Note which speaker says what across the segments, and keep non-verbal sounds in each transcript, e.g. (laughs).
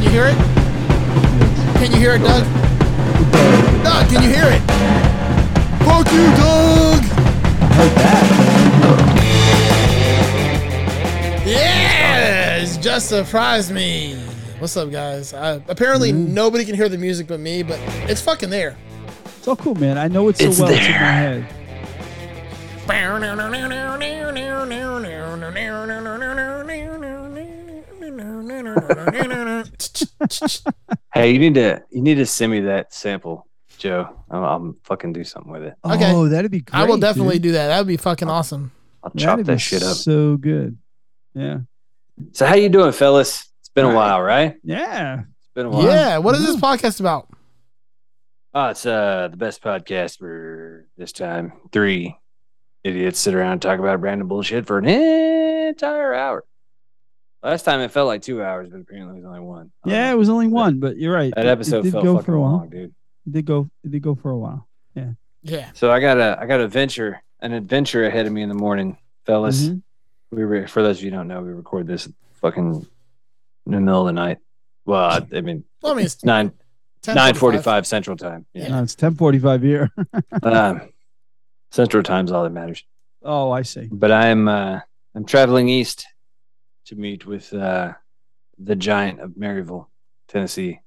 Speaker 1: hear it? Can you hear it, Doug? Doug, can you hear it? Fuck you, Doug! Yeah, it's just surprised me. What's up, guys? I, apparently,
Speaker 2: Mm.
Speaker 1: nobody can hear the music but me, but it's fucking there.
Speaker 2: It's all cool, man. I know it so
Speaker 3: It's
Speaker 2: well.
Speaker 3: there.
Speaker 2: It's in my head. (laughs)
Speaker 3: Hey, you need to you need to send me that sample, Joe. I'll, I'll fucking do something with it.
Speaker 1: Okay.
Speaker 2: Oh, that'd be great.
Speaker 1: I will definitely
Speaker 2: dude.
Speaker 1: do that. That would be fucking awesome.
Speaker 3: I'll
Speaker 2: That'd
Speaker 3: chop
Speaker 2: be
Speaker 3: that shit up.
Speaker 2: So good. Yeah.
Speaker 3: So how you doing, fellas? It's been a
Speaker 2: All right.
Speaker 3: while, right?
Speaker 2: Yeah.
Speaker 3: It's been a while.
Speaker 1: Yeah. What is this podcast about?
Speaker 3: Oh, it's uh the best podcast for this time. Three idiots sit around and talk about random bullshit for an entire hour. Last time it felt like two hours, but apparently it was only one. I don't
Speaker 2: Yeah, it
Speaker 3: know.
Speaker 2: was only one, but you're right.
Speaker 3: that
Speaker 2: It- it
Speaker 3: episode
Speaker 2: did
Speaker 3: felt
Speaker 2: go
Speaker 3: fucking
Speaker 2: for a while.
Speaker 3: long, dude.
Speaker 2: It did go it did go for a while.
Speaker 1: Yeah.
Speaker 3: So I got a I got a venture an adventure ahead of me in the morning, fellas.
Speaker 2: Mhm.
Speaker 3: We re- for those of you who don't know, we record this fucking in the middle of the night. Well, I mean
Speaker 1: Well, I mean, it's
Speaker 3: nine
Speaker 1: 10:45.
Speaker 3: nine forty five Central Time. Yeah.
Speaker 2: No, it's ten forty five here. (laughs)
Speaker 3: um, Central Time's all that matters.
Speaker 2: oh, I see.
Speaker 3: But I'm uh, I'm traveling east to meet with uh, the giant of Maryville, Tennessee.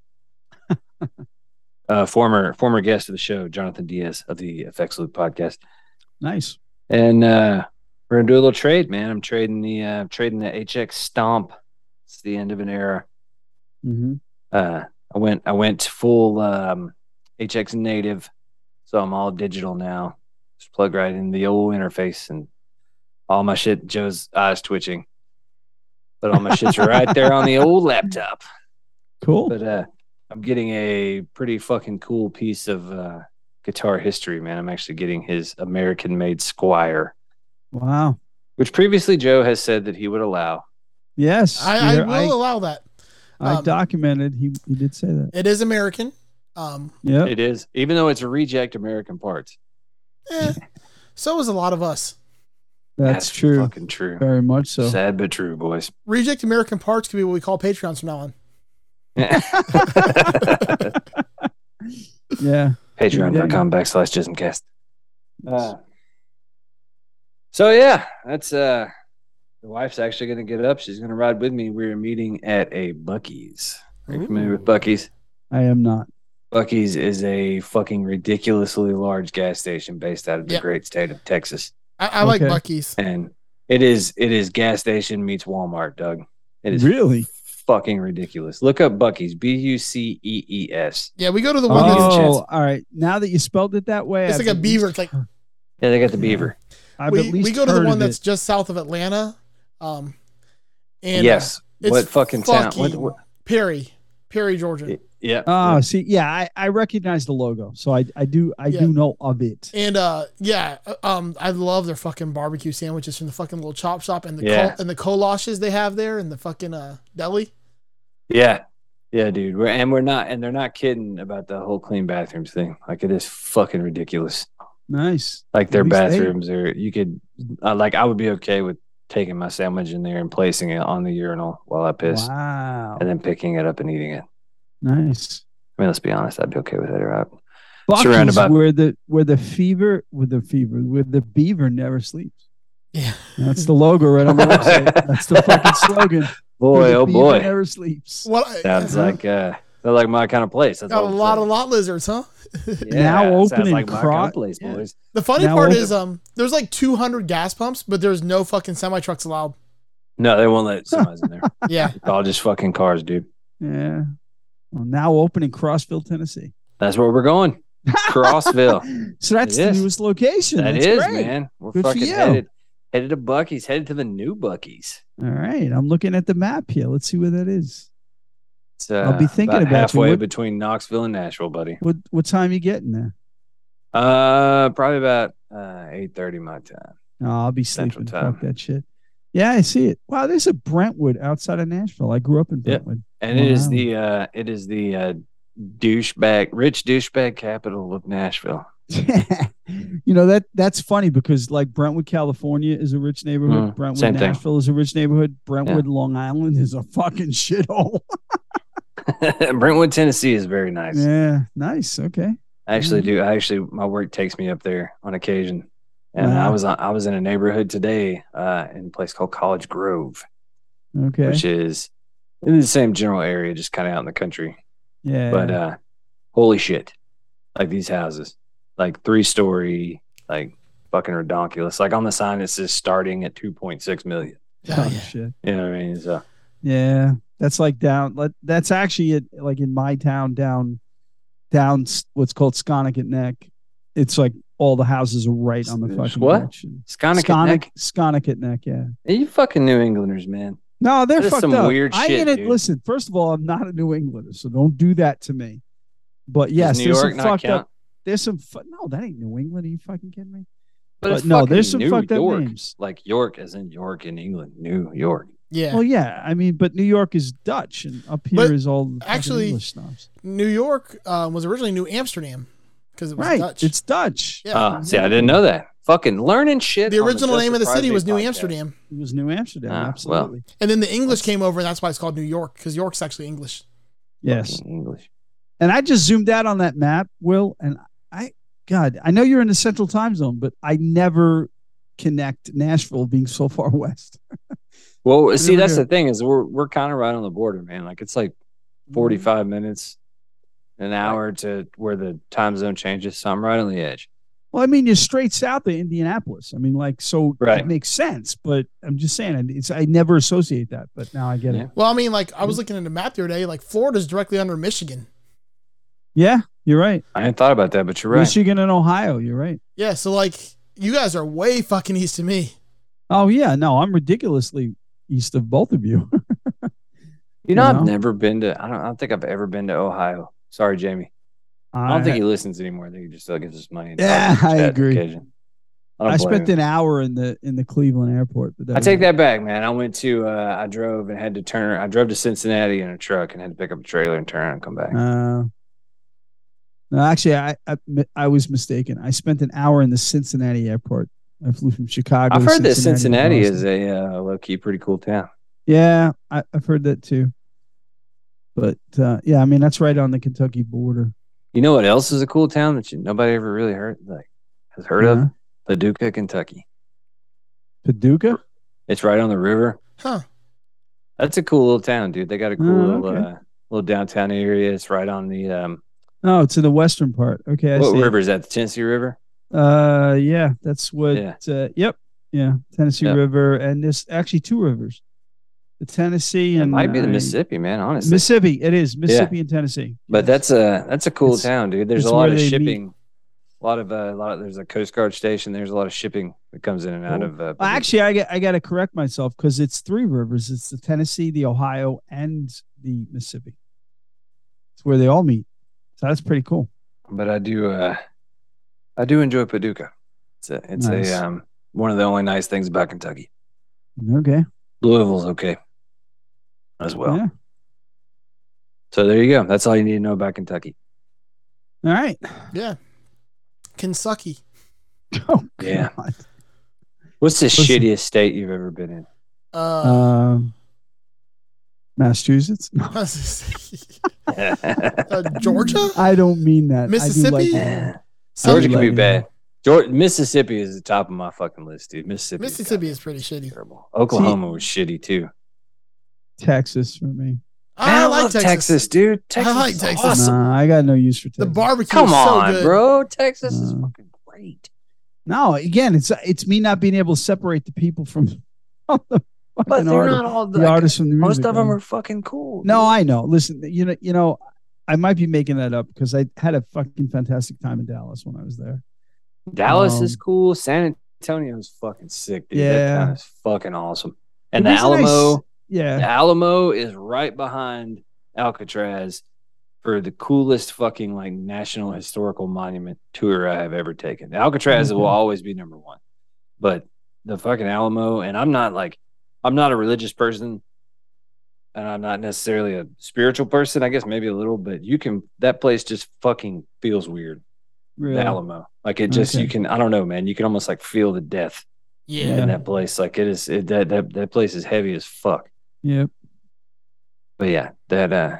Speaker 3: uh, former former guest of the show, Jonathan Diaz of the Effects Loop podcast.
Speaker 2: Nice.
Speaker 3: and uh we're gonna do a little trade man i'm trading the uh trading the hx stomp it's the end of an era
Speaker 2: hmm
Speaker 3: uh i went i went full um hx native so i'm all digital now just plug right in the old interface and all my shit joe's eyes twitching but all my shit's right there on the old laptop
Speaker 2: Cool.
Speaker 3: but uh i'm getting a pretty fucking cool piece of uh guitar history man i'm actually getting his american made squire
Speaker 2: wow.
Speaker 3: which previously Joe has said that he would allow.
Speaker 2: Yes.
Speaker 1: I, I
Speaker 2: there-
Speaker 1: will allow that.
Speaker 2: I
Speaker 1: um,
Speaker 2: documented. He he did say that.
Speaker 1: It is American. Um,
Speaker 2: Yeah.
Speaker 3: It is, even though it's a reject American parts.
Speaker 2: (laughs)
Speaker 1: eh, so is a lot of us.
Speaker 2: That's true.
Speaker 3: Fucking true.
Speaker 2: Very much so.
Speaker 3: Sad but true,
Speaker 2: (laughs)
Speaker 3: boys.
Speaker 1: Reject American parts could be what we call Patreons from now on.
Speaker 3: Patreon.com
Speaker 2: Yeah. Ah.
Speaker 3: backslash jismcast. Uh, so yeah, that's uh the wife's actually gonna get up. She's gonna ride with me. We're meeting at a Bucky's. Are you familiar with Bucky's?
Speaker 2: I am not.
Speaker 3: Bucky's is a fucking ridiculously large gas station based out of the
Speaker 1: Yep.
Speaker 3: great state of Texas.
Speaker 1: I, I like
Speaker 2: Okay.
Speaker 1: Bucky's.
Speaker 3: and it is it is gas station meets Walmart, Doug. It is
Speaker 2: Really?
Speaker 3: fucking ridiculous. Look up Bucky's, B U C E E S.
Speaker 1: Yeah, we go to the one that's
Speaker 2: Oh,
Speaker 3: chance.
Speaker 2: all right. Now that you spelled it that way,
Speaker 1: it's
Speaker 2: I've
Speaker 1: like a
Speaker 2: at
Speaker 1: beaver.
Speaker 2: least-
Speaker 1: It's like
Speaker 3: Yeah, they got the beaver.
Speaker 2: I've
Speaker 1: we,
Speaker 2: at least
Speaker 1: we go to the
Speaker 2: heard
Speaker 1: one
Speaker 2: of
Speaker 1: that's
Speaker 2: it.
Speaker 1: just south of Atlanta. Um, and uh,
Speaker 3: yes.
Speaker 1: it's
Speaker 3: What fucking town? What,
Speaker 1: fucking-
Speaker 3: what-
Speaker 1: Perry, Perry, Georgia.
Speaker 3: Yeah. yeah.
Speaker 2: Oh, see, yeah, I, I recognize the logo, so I I do I
Speaker 1: Yeah.
Speaker 2: do know of it.
Speaker 1: And uh, yeah, uh, um, I love their fucking barbecue sandwiches from the fucking little chop shop and the
Speaker 3: Yeah.
Speaker 1: col- and the colashes they have there and the fucking uh deli.
Speaker 3: yeah. Yeah, dude. We're, and we're not and they're not kidding about the whole clean bathrooms thing. Like it is fucking ridiculous.
Speaker 2: Nice.
Speaker 3: Like their
Speaker 2: At least they-
Speaker 3: bathrooms are you could uh, like I would be okay with taking my sandwich in there and placing it on the urinal while I piss
Speaker 2: Wow.
Speaker 3: and then picking it up and eating it.
Speaker 2: Nice.
Speaker 3: I mean, let's be honest, I'd be okay with that route. Surrounded
Speaker 2: Bucky's
Speaker 3: by-
Speaker 2: where the where the fever where the fever where the beaver never sleeps.
Speaker 1: Yeah.
Speaker 2: That's the logo right
Speaker 3: (laughs)
Speaker 2: on the website. That's the fucking slogan. Where
Speaker 3: Boy,
Speaker 2: the
Speaker 3: oh
Speaker 2: beaver
Speaker 3: boy.
Speaker 2: Never sleeps.
Speaker 1: What
Speaker 3: Sounds like uh sounds like my kind of place. That's
Speaker 1: got a
Speaker 3: all I'm
Speaker 1: lot of
Speaker 3: saying.
Speaker 1: lot lizards, huh?
Speaker 2: Now
Speaker 3: sounds
Speaker 2: open in
Speaker 3: like my kind
Speaker 2: Cro-
Speaker 3: of place,
Speaker 2: yeah.
Speaker 3: boys.
Speaker 1: The funny
Speaker 2: Now
Speaker 1: part
Speaker 2: open.
Speaker 1: is, um, there's like 200 gas pumps, but there's no fucking semi trucks
Speaker 2: (laughs)
Speaker 1: allowed.
Speaker 3: No, they won't let semis in there. (laughs)
Speaker 1: Yeah,
Speaker 3: It's all just fucking cars, dude.
Speaker 2: Yeah. Well, now open in Crossville, Tennessee.
Speaker 3: That's where we're going. Crossville.
Speaker 2: So that's the
Speaker 3: Oh. Yes.
Speaker 2: newest location. (laughs)
Speaker 3: That
Speaker 2: that's
Speaker 3: is,
Speaker 2: great.
Speaker 3: man. We're
Speaker 2: Good for
Speaker 3: fucking
Speaker 2: you.
Speaker 3: headed headed to Bucky's, headed to the new Bucky's.
Speaker 2: All right. I'm looking at the map here. Let's see where that is.
Speaker 3: It's, uh,
Speaker 2: I'll be thinking about you.
Speaker 3: halfway
Speaker 2: What-
Speaker 3: between Knoxville and Nashville, buddy.
Speaker 2: What what time you getting there?
Speaker 3: Uh probably about uh eight thirty my time.
Speaker 2: No, I'll be
Speaker 3: Central
Speaker 2: sleeping. Fuck that shit. Yeah, I see it. Wow, there's a Brentwood outside of Nashville. I grew up in
Speaker 3: Yeah.
Speaker 2: Brentwood. (laughs)
Speaker 3: And it is
Speaker 2: Wow.
Speaker 3: the uh it is the uh douchebag rich douchebag capital of Nashville. (laughs)
Speaker 2: you know that that's funny because like Brentwood, California is a rich neighborhood.
Speaker 3: Mm,
Speaker 2: Brentwood,
Speaker 3: same thing.
Speaker 2: (laughs) Nashville is a rich neighborhood. Brentwood, Long Island is a fucking shithole.
Speaker 3: Brentwood, Tennessee is very nice.
Speaker 2: Yeah, nice. Okay.
Speaker 3: I actually
Speaker 2: Mm-hmm.
Speaker 3: do. I actually, my work takes me up there on occasion. And
Speaker 2: Wow.
Speaker 3: I was on, I was in a neighborhood today uh, in a place called College Grove,
Speaker 2: Okay.
Speaker 3: which is in the same general area, just kind of out in the country.
Speaker 2: yeah.
Speaker 3: But uh, holy shit, like these houses, like three story, like fucking redonkulous. Like on the sign, it says starting at 2.6 million.
Speaker 2: Oh,
Speaker 1: Oh, yeah.
Speaker 2: shit.
Speaker 3: You know what I mean? So
Speaker 2: Yeah. That's like down. Like, that's actually it, like in my town down, down s- what's called Sconnicket Neck. It's like all the houses are right on the
Speaker 3: It's
Speaker 2: fucking
Speaker 3: what?
Speaker 2: beach.
Speaker 3: it's kind of
Speaker 2: Sconnick, Sconnicket Neck. Yeah.
Speaker 3: You fucking New Englanders, man.
Speaker 2: No, they're
Speaker 3: That is
Speaker 2: fucked
Speaker 3: some
Speaker 2: up.
Speaker 3: weird
Speaker 2: I
Speaker 3: shit,
Speaker 2: ain't it.
Speaker 3: dude.
Speaker 2: Listen, first of all, I'm not a New Englander, so don't do that to me. But yes,
Speaker 3: Does New
Speaker 2: there's
Speaker 3: York
Speaker 2: some
Speaker 3: not
Speaker 2: fucked
Speaker 3: count?
Speaker 2: up. There's some. Fu- no, that ain't New England. Are you fucking kidding me?
Speaker 3: But,
Speaker 2: But
Speaker 3: it's
Speaker 2: no,
Speaker 3: fucking
Speaker 2: there's some
Speaker 3: New
Speaker 2: fucked up
Speaker 3: York.
Speaker 2: names.
Speaker 3: Like York, as in York in England, New York.
Speaker 1: Yeah.
Speaker 2: Well, yeah, I mean, but New York is Dutch, and up here is
Speaker 1: But
Speaker 2: all the fucking
Speaker 1: actually-
Speaker 2: English snobs.
Speaker 1: New York um, was originally New Amsterdam because it was
Speaker 2: Right?
Speaker 1: Dutch.
Speaker 2: It's Dutch.
Speaker 1: Yeah.
Speaker 3: Oh, see, I didn't know that. Fucking learning shit.
Speaker 1: the
Speaker 3: on
Speaker 1: original
Speaker 3: Just
Speaker 1: name of the city
Speaker 3: Surprised
Speaker 1: was
Speaker 3: Me
Speaker 1: New
Speaker 3: podcast.
Speaker 1: Amsterdam,
Speaker 2: It was New Amsterdam,
Speaker 3: Ah, well.
Speaker 2: absolutely.
Speaker 1: and then the English came over, and that's why it's called New York because York's actually English.
Speaker 2: Yes.
Speaker 3: Fucking English.
Speaker 2: And I just zoomed out on that map, Will, and I, God, I know you're in the Central Time Zone, but I never connect Nashville being so far (laughs) west.
Speaker 3: Well, see,
Speaker 2: never
Speaker 3: that's
Speaker 2: knew.
Speaker 3: the thing is we're we're kind of right on the border, man. Like it's like
Speaker 1: Mm-hmm.
Speaker 3: 45 minutes, an hour to where the time zone changes. So I'm right on the edge.
Speaker 2: Well, I mean, you're straight south of Indianapolis. I mean, like, so
Speaker 3: Right.
Speaker 2: it makes sense. But I'm just saying, it's I never associate that, but now I get
Speaker 3: Yeah.
Speaker 2: it.
Speaker 1: Well, I mean, like
Speaker 2: Mm.
Speaker 1: I was looking at a map the other day, like Florida's directly under Michigan.
Speaker 2: Yeah, you're right.
Speaker 3: I hadn't thought about that, but you're right.
Speaker 2: Michigan and Ohio, you're right.
Speaker 1: Yeah, so like you guys are way fucking east to me.
Speaker 2: Oh yeah, no, I'm ridiculously east of both of you. (laughs)
Speaker 3: you know,
Speaker 2: No.
Speaker 3: I've never been to. I don't. I don't think I've ever been to Ohio. Sorry, Jamie. I don't think he lins anymore. I think he just still gives us money. and
Speaker 2: Yeah,
Speaker 1: (laughs)
Speaker 3: talks to
Speaker 2: I
Speaker 3: chat
Speaker 2: agree.
Speaker 3: occasion. I, don't
Speaker 2: I
Speaker 3: blame him.
Speaker 2: spent an hour in the in the Cleveland airport, but
Speaker 3: I take that back, man. I went to, uh, I drove and had to turn. I drove to Cincinnati in a truck and had to pick up a trailer and turn around and come back.
Speaker 2: Uh, no, actually, I, I I was mistaken. I spent an hour in the Cincinnati airport. I flew from Chicago.
Speaker 3: I've
Speaker 2: to
Speaker 3: heard that Cincinnati
Speaker 2: to
Speaker 3: is
Speaker 2: Boston.
Speaker 3: a uh, low key pretty cool town.
Speaker 2: Yeah, I, I've heard that too. But uh, yeah, I mean that's right on the Kentucky border.
Speaker 3: You know what else is a cool town that you, nobody ever really heard like has heard of?
Speaker 2: Yeah.
Speaker 3: Paducah, Kentucky.
Speaker 2: Paducah.
Speaker 3: It's right on the river.
Speaker 1: Huh.
Speaker 3: That's a cool little town, dude. They got a cool
Speaker 2: Oh,
Speaker 3: little,
Speaker 2: okay.
Speaker 3: uh, little downtown area. It's right on the um,
Speaker 2: No, it's in the western part. Okay, I
Speaker 3: what
Speaker 2: see.
Speaker 3: river is that? The Tennessee River.
Speaker 2: Uh, yeah, that's what.
Speaker 3: Yeah.
Speaker 2: Uh, yep. Yeah, Tennessee
Speaker 3: Yep.
Speaker 2: River, and there's actually two rivers, the Tennessee
Speaker 3: It
Speaker 2: and
Speaker 3: might be the
Speaker 2: uh,
Speaker 3: Mississippi, man. Honestly,
Speaker 2: Mississippi. It is Mississippi and Tennessee. Yes.
Speaker 3: But that's a that's a cool
Speaker 2: It's-
Speaker 3: town, dude. There's
Speaker 2: it's
Speaker 3: a lot
Speaker 2: where
Speaker 3: of
Speaker 2: they meet.
Speaker 3: shipping, a lot of uh, a lot. Of, there's a Coast Guard station. There's a lot of shipping that comes in and out
Speaker 2: Cool.
Speaker 3: of. Uh,
Speaker 2: Well, actually, I got I got to correct myself because it's three rivers. It's the Tennessee, the Ohio, and the Mississippi. It's where they all meet. So that's pretty cool.
Speaker 3: but I do uh, I do enjoy Paducah. It's a, it's
Speaker 2: Nice.
Speaker 3: a um, one of the only nice things about Kentucky.
Speaker 2: Okay.
Speaker 3: Louisville's okay, as well.
Speaker 2: Yeah.
Speaker 3: So there you go. That's all you need to know about Kentucky.
Speaker 2: All right. (laughs)
Speaker 1: Yeah. Kentucky.
Speaker 2: Oh
Speaker 3: Yeah.
Speaker 2: God.
Speaker 3: What's the
Speaker 2: Listen.
Speaker 3: shittiest state you've ever
Speaker 2: (laughs)
Speaker 3: been in?
Speaker 1: Uh,
Speaker 2: Um, Massachusetts. (laughs) No.
Speaker 1: (laughs) uh, Georgia?
Speaker 2: (laughs) I don't mean that. I do
Speaker 1: Mississippi?
Speaker 2: like-
Speaker 3: Georgia can be
Speaker 2: Something.
Speaker 3: bad. Georgia, Mississippi is the top of my fucking list, dude. Mississippi.
Speaker 1: Mississippi is pretty shitty.
Speaker 3: terrible. Oklahoma was shitty too.
Speaker 2: Texas for me.
Speaker 1: Ah, I, like
Speaker 3: love
Speaker 1: Texas.
Speaker 3: dude. Texas
Speaker 1: like
Speaker 3: is
Speaker 1: Texas.
Speaker 3: awesome.
Speaker 2: Nah, I got no use for
Speaker 1: The
Speaker 2: Texas.
Speaker 1: barbecue
Speaker 3: Come
Speaker 1: is so
Speaker 3: on,
Speaker 1: good.
Speaker 3: bro. Texas is
Speaker 2: Uh,
Speaker 3: fucking great.
Speaker 2: no, again, it's it's me not being able to separate the people from, (laughs) from the
Speaker 3: But
Speaker 2: fucking
Speaker 3: they're
Speaker 2: artist,
Speaker 3: not all
Speaker 2: the
Speaker 3: like,
Speaker 2: artists from the music.
Speaker 3: Most of them
Speaker 2: man.
Speaker 3: are fucking cool.
Speaker 2: No,
Speaker 3: dude.
Speaker 2: I know. Listen, you know, you know, I might be making that up because I had a fucking fantastic time in Dallas when I was there.
Speaker 3: Dallas is
Speaker 2: Um,
Speaker 3: cool. San Antonio is fucking sick, dude. That
Speaker 2: Yeah.
Speaker 3: town is fucking awesome. And
Speaker 2: The
Speaker 3: the,
Speaker 2: reason I s-
Speaker 3: Alamo,
Speaker 2: Yeah,
Speaker 3: the Alamo is right behind Alcatraz for the coolest fucking like national historical monument tour I have ever taken. Alcatraz
Speaker 2: Okay.
Speaker 3: will always be number one, but the fucking Alamo, and I'm not like, I'm not a religious person, and I'm not necessarily a spiritual person. I guess maybe a little, but you can. That place just fucking feels weird.
Speaker 2: really.
Speaker 3: The Alamo, like it just
Speaker 2: Okay.
Speaker 3: you can. I don't know, man. You can almost like feel the death
Speaker 1: Yeah.
Speaker 2: Yeah.
Speaker 3: in that place. Like it is it, that that that place is heavy as fuck
Speaker 2: Yep.
Speaker 3: but yeah, that uh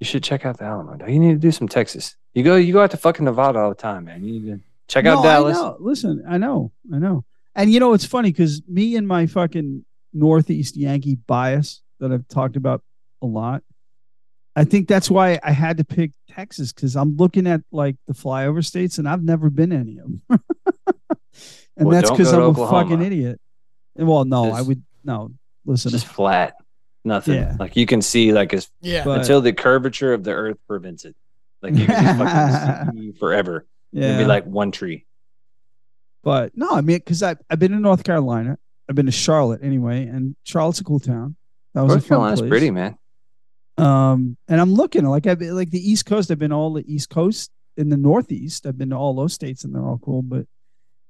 Speaker 3: You should check out the Alamo. dog. You need to do some Texas. You go you go out to fucking Nevada all the time, man. You need to check out
Speaker 2: No,
Speaker 3: Dallas.
Speaker 2: I know. Listen, I know, I know. And you know, it's funny because me and my fucking Northeast Yankee bias that I've talked about a lot, I think that's why I had to pick Texas because I'm looking at like the flyover states and I've never been to any of them. (laughs) and
Speaker 3: Well,
Speaker 2: that's
Speaker 3: don't
Speaker 2: because
Speaker 3: go
Speaker 2: I'm
Speaker 3: to
Speaker 2: a
Speaker 3: Oklahoma.
Speaker 2: fucking idiot. And, Well, no, I
Speaker 3: Just-
Speaker 2: would, no,
Speaker 3: It's
Speaker 2: listen.
Speaker 3: just flat. Nothing.
Speaker 2: Yeah.
Speaker 3: Like you can see like as
Speaker 1: Yeah.
Speaker 2: But-
Speaker 3: until the curvature of the earth prevents it. Like you can just
Speaker 2: (laughs)
Speaker 3: fucking see forever. It'd be
Speaker 2: yeah.
Speaker 3: like one tree.
Speaker 2: But no, I mean, because I've been to North Carolina. I've been to Charlotte anyway, and Charlotte's a cool town. That was a
Speaker 3: North
Speaker 2: fun
Speaker 3: Carolina's
Speaker 2: place.
Speaker 3: pretty, man.
Speaker 2: Um, and I'm looking like I've been, like the East Coast. I've been all the East Coast in the Northeast. I've been to all those states, and they're all cool. But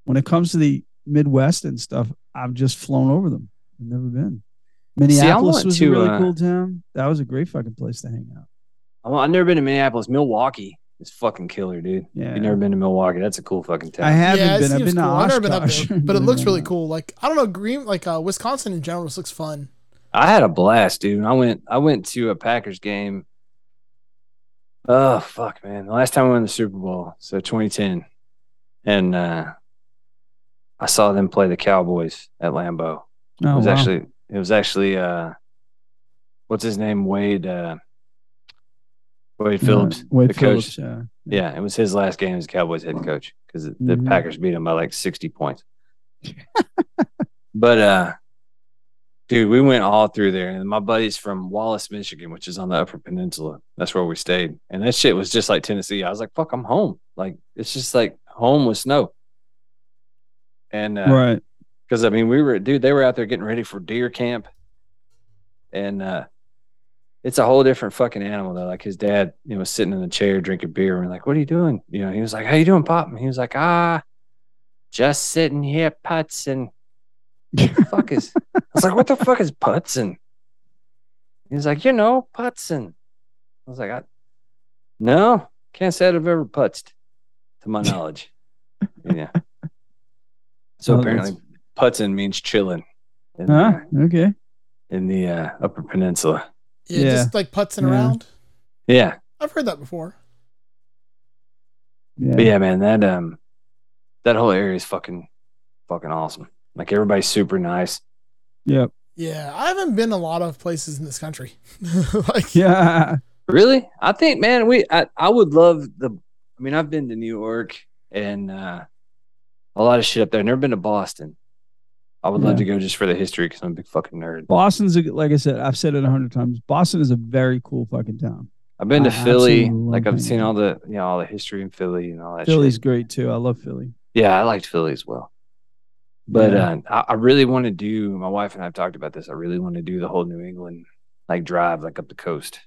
Speaker 2: when it comes to the Midwest and stuff, I've just flown over them. I've never been. Minneapolis
Speaker 3: want
Speaker 2: was
Speaker 3: to,
Speaker 2: a really
Speaker 3: uh,
Speaker 2: cool town. That was a great fucking place to hang out.
Speaker 3: I'm- I've never been to Minneapolis. Milwaukee is fucking killer, dude.
Speaker 2: Yeah,
Speaker 3: You've never been to Milwaukee. That's a cool fucking town.
Speaker 2: I haven't
Speaker 1: yeah, it
Speaker 2: been. I've
Speaker 1: seems
Speaker 2: been to
Speaker 1: cool. I've never been up
Speaker 2: Oshkosh.
Speaker 1: there,
Speaker 2: (laughs)
Speaker 1: but it looks really
Speaker 2: cool.
Speaker 1: cool. Like I don't know, green like uh, Wisconsin in general just looks fun.
Speaker 3: I had a blast, dude. I went I went to a Packers game. Oh fuck, man. The last time I won the Super Bowl, so 2010. And uh I saw them play the Cowboys at Lambeau.
Speaker 2: Oh,
Speaker 3: it was
Speaker 2: wow.
Speaker 3: actually it was actually uh what's his name? Wade uh Wade
Speaker 2: Yeah,
Speaker 3: Phillips,
Speaker 2: Wade
Speaker 3: the
Speaker 2: Phillips.
Speaker 3: coach.
Speaker 2: Yeah.
Speaker 3: Yeah, it was his last game as Cowboys head coach because the
Speaker 2: Mhm.
Speaker 3: Packers beat him by like 60 points. but, uh, dude, we went all through there. And my buddy's from Wallace, Michigan, which is on the Upper Peninsula. That's where we stayed. And that shit was just like Tennessee. I was like, fuck, I'm home. Like, it's just like home with snow. And, uh,
Speaker 2: Right.
Speaker 3: because I mean, we were dude. They were out there getting ready for deer camp, and uh, it's a whole different fucking animal though. Like his dad, you know, was sitting in a chair drinking beer. And we're like, "What are you doing?" You know, he was like, "How you doing, pop?" And he was like, "Ah, just sitting here putzing." The fuck is? I was like, "What the fuck is putzing?" He was like, "You know, putzing." I was like, I, "No, can't say that I've ever putzed, to my
Speaker 2: (laughs)
Speaker 3: knowledge." yeah. So
Speaker 2: Well,
Speaker 3: apparently,
Speaker 2: that's-
Speaker 3: Puttin means chilling in,
Speaker 2: Huh? Okay.
Speaker 3: the, in the uh, Upper Peninsula.
Speaker 1: Yeah,
Speaker 2: Yeah.
Speaker 1: just like putzing
Speaker 2: Yeah.
Speaker 1: around.
Speaker 3: Yeah,
Speaker 1: I've heard that before.
Speaker 2: Yeah.
Speaker 3: but yeah, man, that um, that whole area is fucking, fucking awesome. Like everybody's super nice.
Speaker 2: Yep.
Speaker 1: Yeah, I haven't been a lot of places in this country. (laughs) like
Speaker 2: Yeah. (laughs)
Speaker 3: Really, I think, man, we I, I would love the. I mean, I've been to New York and uh, a lot of shit up there. Never been to Boston. I would love
Speaker 2: Yeah.
Speaker 3: to go just for the history because I'm a big fucking nerd.
Speaker 2: Boston's a, like I said, I've said it a hundred times. Boston is a very cool fucking town.
Speaker 3: I've been to
Speaker 2: I
Speaker 3: Philly.
Speaker 2: absolutely love
Speaker 3: Like I've
Speaker 2: that.
Speaker 3: seen all the you know all the history in Philly and all that. shit.
Speaker 2: Philly's great too. I love Philly.
Speaker 3: Yeah, I liked Philly as well. But
Speaker 2: Yeah.
Speaker 3: uh, I, I really want to do. My wife and I have talked about this. I really want to do the whole New England like drive, like up the coast.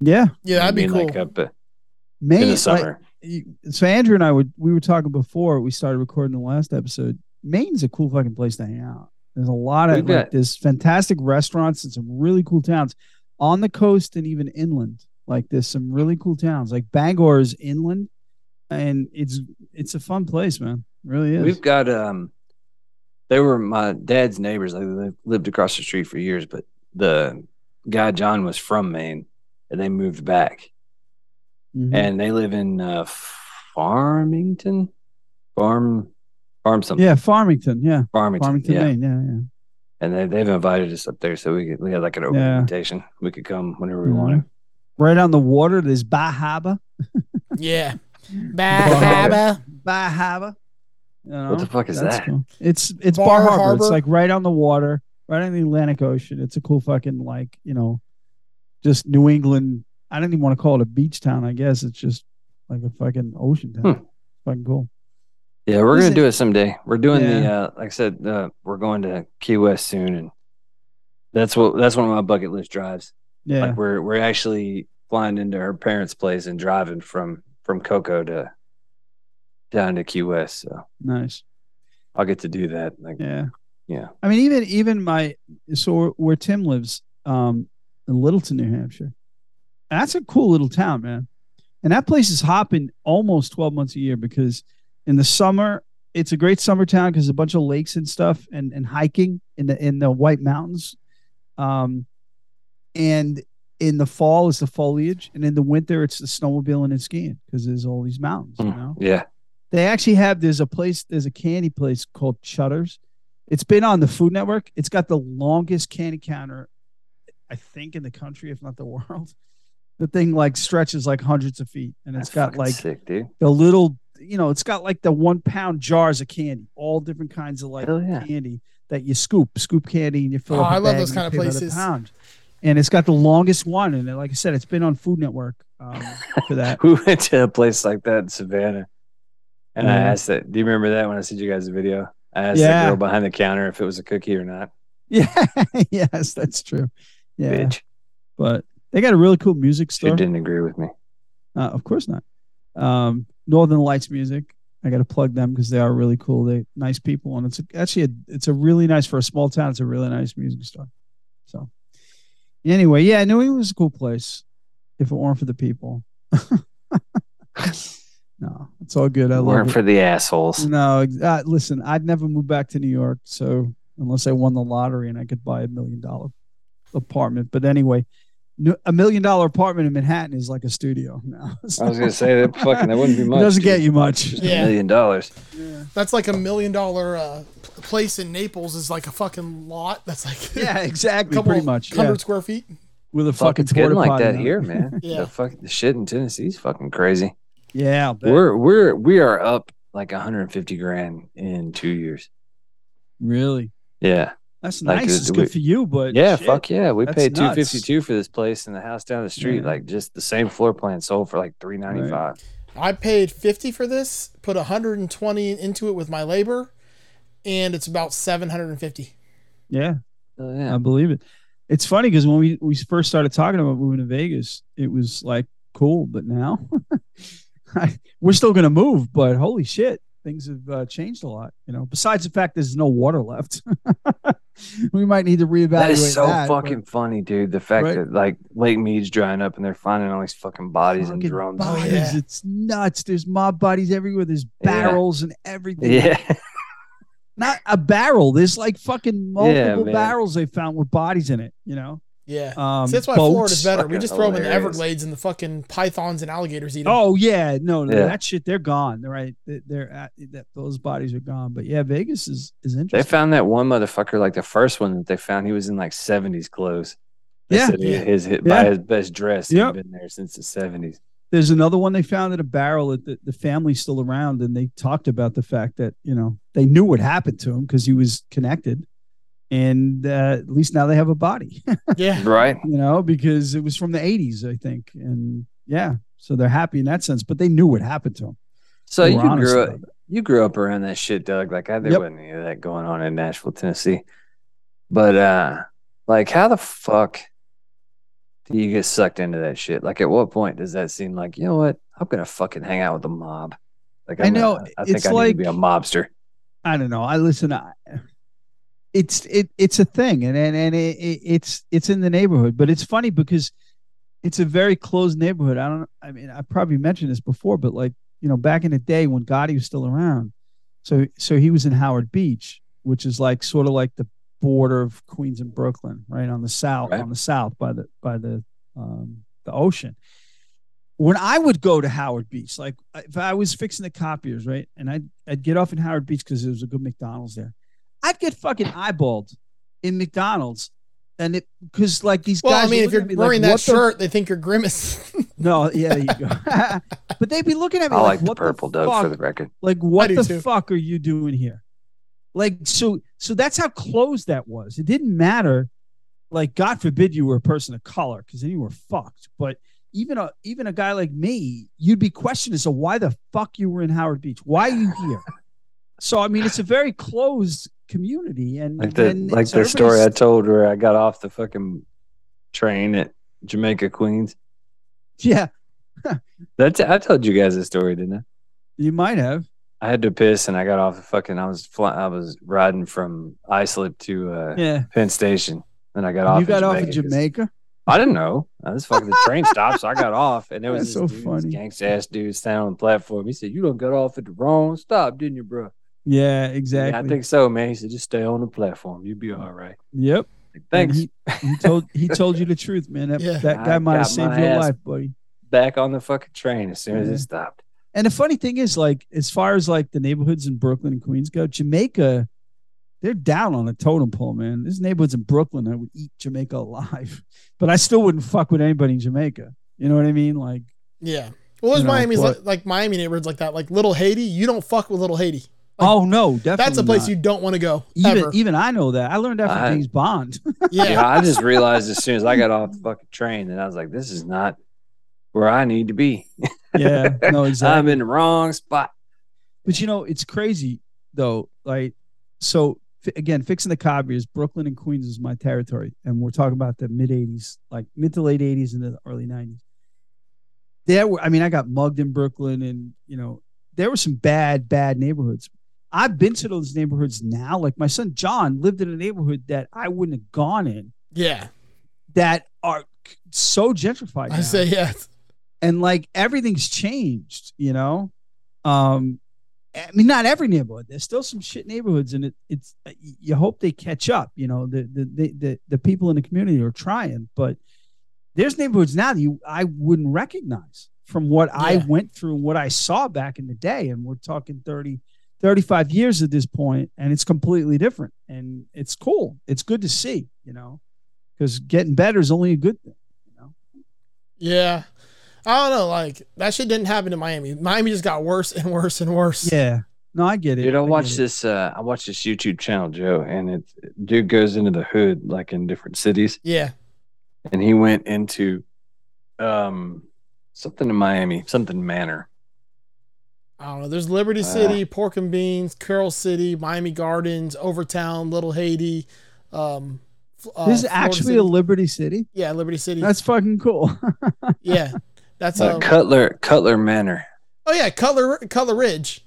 Speaker 2: yeah,
Speaker 1: yeah, that'd
Speaker 3: I
Speaker 1: be
Speaker 3: mean,
Speaker 1: cool.
Speaker 3: Like up uh,
Speaker 2: Maine.
Speaker 3: in the
Speaker 2: like,
Speaker 3: summer.
Speaker 2: you- so Andrew and I would we were talking before we started recording the last episode. Maine's a cool fucking place to hang out. There's a lot
Speaker 3: We've
Speaker 2: of like,
Speaker 3: got-
Speaker 2: there's fantastic restaurants and some really cool towns on the coast and even inland. Like there's some really cool towns. Like Bangor is inland, and it's it's a fun place, man. It really is.
Speaker 3: We've got um, they were my dad's neighbors. Like, they lived across the street for years, but the guy John was from Maine, and they moved back,
Speaker 2: Mhm.
Speaker 3: and they live in uh, Farmington, farm, farm something,
Speaker 2: yeah, Farmington. Yeah,
Speaker 3: Farmington,
Speaker 2: Farmington,
Speaker 3: yeah.
Speaker 2: Maine. Yeah, yeah.
Speaker 3: and they, they've invited us up there, so we could, we had like an open
Speaker 2: Yeah.
Speaker 3: invitation. We could come whenever we
Speaker 2: Mhm.
Speaker 3: wanted.
Speaker 2: Right on the water, there's Bahaba.
Speaker 1: Yeah.
Speaker 2: (laughs) Bar
Speaker 1: Bad habit.
Speaker 2: Bahaba. You know,
Speaker 3: What the fuck is
Speaker 2: that's
Speaker 3: that?
Speaker 2: cool. It's it's
Speaker 1: Bar
Speaker 2: Bar, Harbor. It's
Speaker 1: Harbor.
Speaker 2: like right on the water, right on the Atlantic Ocean. It's a cool fucking like you know, just New England. I don't even want to call it a beach town. I guess it's just like a fucking ocean town.
Speaker 3: Hmm.
Speaker 2: Fucking cool.
Speaker 3: Yeah, we're
Speaker 2: Is
Speaker 3: gonna
Speaker 2: it-
Speaker 3: do it someday. We're doing the
Speaker 2: Yeah.
Speaker 3: uh, like I said, uh, we're going to Key West soon, and that's what that's one of my bucket list drives.
Speaker 2: Yeah,
Speaker 3: Like we're we're actually flying into her parents' place and driving from from Coco to down to Key West. So
Speaker 2: nice.
Speaker 3: I'll get to do that. Like
Speaker 2: Yeah.
Speaker 3: Yeah.
Speaker 2: I mean, even even my so where Tim lives, um, in Littleton, New Hampshire. That's a cool little town, man. And that place is hopping almost twelve months a year because in the summer it's a great summer town because a bunch of lakes and stuff and and hiking in the in the White Mountains, um, and in the fall it's the foliage, and in the winter it's the snowmobiling and skiing because there's all these mountains. You know,
Speaker 3: Yeah.
Speaker 2: they actually have there's a place there's a candy place called Chutter's. It's been on the Food Network. It's got the longest candy counter, I think, in the country, if not the (laughs) world. The thing like stretches like hundreds of feet, and it's
Speaker 3: That's
Speaker 2: got
Speaker 3: fucking
Speaker 2: like
Speaker 3: sick, dude.
Speaker 2: the little you know it's got like the one pound jars of candy all different kinds of like
Speaker 3: Hell yeah.
Speaker 2: candy that you scoop scoop candy and you fill
Speaker 1: Oh,
Speaker 2: up a
Speaker 1: I love
Speaker 2: bag
Speaker 1: those
Speaker 2: and you
Speaker 1: kinda
Speaker 2: pay by the
Speaker 1: places.
Speaker 2: pound. and it's got the longest one and like i said it's been on food network um, for that (laughs)
Speaker 3: (laughs) We went to a place like that in Savannah, and I
Speaker 2: Yeah.
Speaker 3: asked that. Do you remember that when I sent you guys the video? I asked
Speaker 2: Yeah.
Speaker 3: the girl behind the counter if it was a cookie or not.
Speaker 2: yeah (laughs) yes that's true yeah
Speaker 3: Bitch,
Speaker 2: but they got a really cool music
Speaker 3: she
Speaker 2: store
Speaker 3: didn't agree with me.
Speaker 2: Uh, of course not. Um, Northern Lights Music. I got to plug them because they are really cool. They nice people, and it's actually a, it's a really nice for a small town. It's a really nice music store. So anyway, yeah, New England's a cool place if it weren't for the people. (laughs) no, it's all good. I love
Speaker 3: Weren't
Speaker 2: it.
Speaker 3: for the assholes.
Speaker 2: no, ex- uh, listen, I'd never move back to New York. So unless I won the lottery and I could buy a million dollar apartment, but anyway, no, a million dollar apartment in Manhattan is like a studio now. (laughs) So-
Speaker 3: I was gonna say that fucking that wouldn't be
Speaker 2: It
Speaker 3: much.
Speaker 2: doesn't get
Speaker 3: dude.
Speaker 2: you much.
Speaker 3: Just
Speaker 1: Yeah.
Speaker 3: a million dollars.
Speaker 1: (laughs) That's like a million dollar uh, p- place in Naples is like a fucking lot. That's like
Speaker 2: Yeah, exactly.
Speaker 1: couple
Speaker 2: pretty
Speaker 1: (laughs)
Speaker 2: much.
Speaker 1: hundred
Speaker 2: Yeah.
Speaker 1: square feet.
Speaker 2: With a
Speaker 3: Fuck,
Speaker 2: fucking
Speaker 3: it's getting
Speaker 2: porta
Speaker 3: like
Speaker 2: potty
Speaker 3: that
Speaker 2: on it.
Speaker 3: here, man.
Speaker 1: Yeah.
Speaker 3: The fuck, the shit in Tennessee's fucking crazy.
Speaker 2: Yeah. I'll bet.
Speaker 3: We're we're we are up like 150 grand in two years.
Speaker 2: Really?
Speaker 3: Yeah,
Speaker 2: That's
Speaker 3: Like,
Speaker 2: nice.
Speaker 3: uh,
Speaker 2: it's
Speaker 3: we-
Speaker 2: good for you, but
Speaker 3: yeah,
Speaker 2: shit.
Speaker 3: fuck yeah. We
Speaker 2: that's
Speaker 3: paid
Speaker 2: nuts.
Speaker 3: 252 for this place and the house down the street.
Speaker 2: Yeah.
Speaker 3: Like just the same floor plan sold for like 395.
Speaker 1: I paid 50 for this, put 120 into it with my labor, and it's about 750.
Speaker 2: Yeah.
Speaker 3: Oh, yeah.
Speaker 2: I believe it. It's funny because when we, we first started talking about moving to Vegas, it was like cool, but now (laughs) I, we're still going to move. But holy shit, things have uh, changed a lot. You know, besides the fact there's no water left, (laughs) we might need to reevaluate.
Speaker 3: that is so
Speaker 2: that, but-
Speaker 3: fucking funny, dude. The fact
Speaker 2: Right.
Speaker 3: that like Lake Mead's drying up and they're finding all these fucking bodies
Speaker 2: Fucking
Speaker 3: and drums.
Speaker 1: Oh,
Speaker 2: bodies,
Speaker 1: yeah.
Speaker 2: It's nuts. There's mob bodies everywhere. There's
Speaker 3: Yeah.
Speaker 2: barrels and everything.
Speaker 3: Yeah, (laughs)
Speaker 2: Not a barrel. There's like fucking multiple
Speaker 3: man.
Speaker 2: barrels they found with bodies in it, you know?
Speaker 1: Yeah.
Speaker 2: Um,
Speaker 1: See, that's why
Speaker 2: boats.
Speaker 1: Florida's better. We
Speaker 3: Fucking
Speaker 1: just throw them in the
Speaker 3: hilarious.
Speaker 1: Everglades and the fucking pythons and alligators eat them.
Speaker 2: Oh yeah, no, no,
Speaker 3: Yeah.
Speaker 2: that shit they're gone. They're right. They- They're at, that those bodies are gone. But yeah, Vegas is is
Speaker 3: they
Speaker 2: interesting.
Speaker 3: found that one motherfucker, like the first one that they found, he was in like 70s clothes. They
Speaker 2: Yeah.
Speaker 3: said he-
Speaker 1: Yeah.
Speaker 3: his, his
Speaker 2: Yeah.
Speaker 3: by his best dress,
Speaker 2: Yep.
Speaker 3: he'd been there since the 70s.
Speaker 2: There's another one they found in a barrel that the, the family's still around, and they talked about the fact that you know they knew what happened to him because he was connected, and uh, at least now they have a body, (laughs)
Speaker 1: Yeah.
Speaker 3: Right?
Speaker 2: you know, because it was from the '80s, I think, and yeah, so they're happy in that sense. But they knew what happened to him.
Speaker 3: So
Speaker 2: They
Speaker 3: you
Speaker 2: were honest
Speaker 3: grew up,
Speaker 2: about it.
Speaker 3: you grew up around that shit, Doug. Like I, there
Speaker 2: Yep.
Speaker 3: wasn't any of that going on in Nashville, Tennessee. But uh, like, how the fuck do you get sucked into that shit? Like, at what point does that seem like you know what? I'm gonna fucking hang out with the mob. Like,
Speaker 2: I
Speaker 3: I'm
Speaker 2: know,
Speaker 3: gonna- I think
Speaker 2: it's
Speaker 3: I
Speaker 2: like-
Speaker 3: need to be a mobster.
Speaker 2: I don't know. I listen. I, it's it it's a thing, and and and it, it, it's it's in the neighborhood. But it's funny because it's a very closed neighborhood. I don't. I mean, I probably mentioned this before, but like you know, back in the day when Gotti was still around, so so he was in Howard Beach, which is like sort of like the border of Queens and Brooklyn, right on the south
Speaker 3: Right.
Speaker 2: on the south by the by the um, the ocean. When I would go to Howard Beach, like if I was fixing the copiers, right, and I'd I'd get off in Howard Beach because there was a good McDonald's there, I'd get fucking eyeballed in McDonald's, and it because like these
Speaker 1: Well,
Speaker 2: guys.
Speaker 1: I mean,
Speaker 2: were
Speaker 1: if you're
Speaker 2: looking at me like,
Speaker 1: wearing
Speaker 2: "What
Speaker 1: that
Speaker 2: the
Speaker 1: shirt, they think you're grimace.
Speaker 2: no, yeah, there you
Speaker 3: (laughs)
Speaker 2: go. but they'd be looking at me
Speaker 3: I
Speaker 2: like,
Speaker 3: like
Speaker 2: what
Speaker 3: the purple, Doug,
Speaker 2: fuck?
Speaker 3: for the record.
Speaker 2: Like, what
Speaker 1: do
Speaker 2: the
Speaker 1: too.
Speaker 2: fuck are you doing here? Like, so, so that's how close that was. It didn't matter. Like, God forbid you were a person of color, because then you were fucked. But even a even a guy like me, you'd be questioned as to why the fuck you were in Howard Beach. Why are you here? so, I mean, it's a very closed community, and
Speaker 3: Like the
Speaker 2: and
Speaker 3: like
Speaker 2: so
Speaker 3: the story I
Speaker 2: everybody's-
Speaker 3: told where I got off the fucking train at Jamaica, Queens.
Speaker 2: Yeah,
Speaker 3: That's I told you guys the story, didn't I?
Speaker 2: you might have.
Speaker 3: I had to piss and I got off the fucking. I was fly, I was riding from Islip to uh,
Speaker 2: Yeah,
Speaker 3: Penn Station. Then I got off.
Speaker 2: you got off in
Speaker 3: 'cause
Speaker 2: Jamaica.
Speaker 3: I didn't know. I was fucking the train stopped, so I got off, and there was
Speaker 2: That's so
Speaker 3: this dude,
Speaker 2: funny.
Speaker 3: gangsta ass dude standing on the platform. He said, "You don't got off at the wrong stop, didn't you, bro?"
Speaker 2: Yeah,
Speaker 3: Yeah,
Speaker 2: exactly.
Speaker 3: I think so, man. He said, "Just stay on the platform. You'll be all right."
Speaker 2: Yep. And
Speaker 3: Thanks.
Speaker 2: He, he told he told you the truth, man. That,
Speaker 1: Yeah.
Speaker 2: that guy
Speaker 3: I
Speaker 2: might have
Speaker 3: got
Speaker 2: saved
Speaker 3: my
Speaker 2: your
Speaker 3: ass
Speaker 2: life, buddy.
Speaker 3: Back on the fucking train as soon as
Speaker 2: Yeah.
Speaker 3: it stopped.
Speaker 2: And the funny thing is, like, as far as like the neighborhoods in Brooklyn and Queens go, Jamaica, they're down on the totem pole, man. There's neighborhoods in Brooklyn that would eat Jamaica alive, (laughs) but I still wouldn't fuck with anybody in Jamaica. You know what I mean? Like,
Speaker 1: (laughs) Yeah. Well, was
Speaker 2: You know,
Speaker 1: Miami's
Speaker 2: but-
Speaker 1: like, like Miami neighborhoods like that, like Little Haiti. You don't fuck with Little Haiti. Like,
Speaker 2: oh no, definitely
Speaker 1: That's a place
Speaker 2: not.
Speaker 1: you don't want to go
Speaker 2: even
Speaker 1: ever.
Speaker 2: even I know that. I learned that from
Speaker 3: I-
Speaker 2: James Bond. (laughs)
Speaker 1: yeah.
Speaker 3: Yeah, I just realized as soon as I got off the fucking train that I was like, this is not where I need to be.
Speaker 2: yeah, no, exactly.
Speaker 3: I'm in the wrong spot.
Speaker 2: But you know, it's crazy though. Like, so f- again, fixing the cob is Brooklyn and Queens is my territory, and we're talking about the mid '80s, like mid to late '80s and the early '90s. There were, I mean, I got mugged in Brooklyn, and you know, there were some bad, bad neighborhoods. I've been to those neighborhoods now. Like my son John lived in a neighborhood that I wouldn't have gone in
Speaker 1: Yeah.
Speaker 2: that are c- so gentrified.
Speaker 1: I
Speaker 2: now
Speaker 1: say yeah.
Speaker 2: and like everything's changed, you know. Um, I mean, not every neighborhood. There's still some shit neighborhoods, and it, it's uh, you hope they catch up. You know, the the the the, the people in the community are trying, but there's neighborhoods now that you I wouldn't recognize from what I
Speaker 1: Yeah.
Speaker 2: went through and what I saw back in the day, and we're talking 30, 35 years at this point, and it's completely different, and it's cool. It's good to see, you know, because getting better is only a good thing.
Speaker 1: Yeah. I don't know. Like that shit didn't happen in Miami. Miami just got worse and worse and worse.
Speaker 2: Yeah. No, I get it.
Speaker 3: Dude, I
Speaker 2: get
Speaker 3: watch
Speaker 2: it.
Speaker 3: this. Uh, I watch this YouTube channel, Joe, and it dude goes into the hood like in different cities,
Speaker 1: Yeah.
Speaker 3: and he went into um something in Miami, something Manor.
Speaker 1: I don't know. There's Liberty City, Pork and Beans, Carroll City, Miami Gardens, Overtown, Little Haiti. Um, f- uh,
Speaker 2: this is
Speaker 1: Florida
Speaker 2: actually
Speaker 1: City.
Speaker 2: a Liberty City.
Speaker 1: yeah, Liberty City.
Speaker 2: That's fucking cool.
Speaker 1: (laughs)
Speaker 2: (laughs)
Speaker 1: yeah, that's
Speaker 3: Uh,
Speaker 1: um,
Speaker 3: Cutler, Cutler Manor.
Speaker 1: oh yeah, Cutler Cutler Ridge.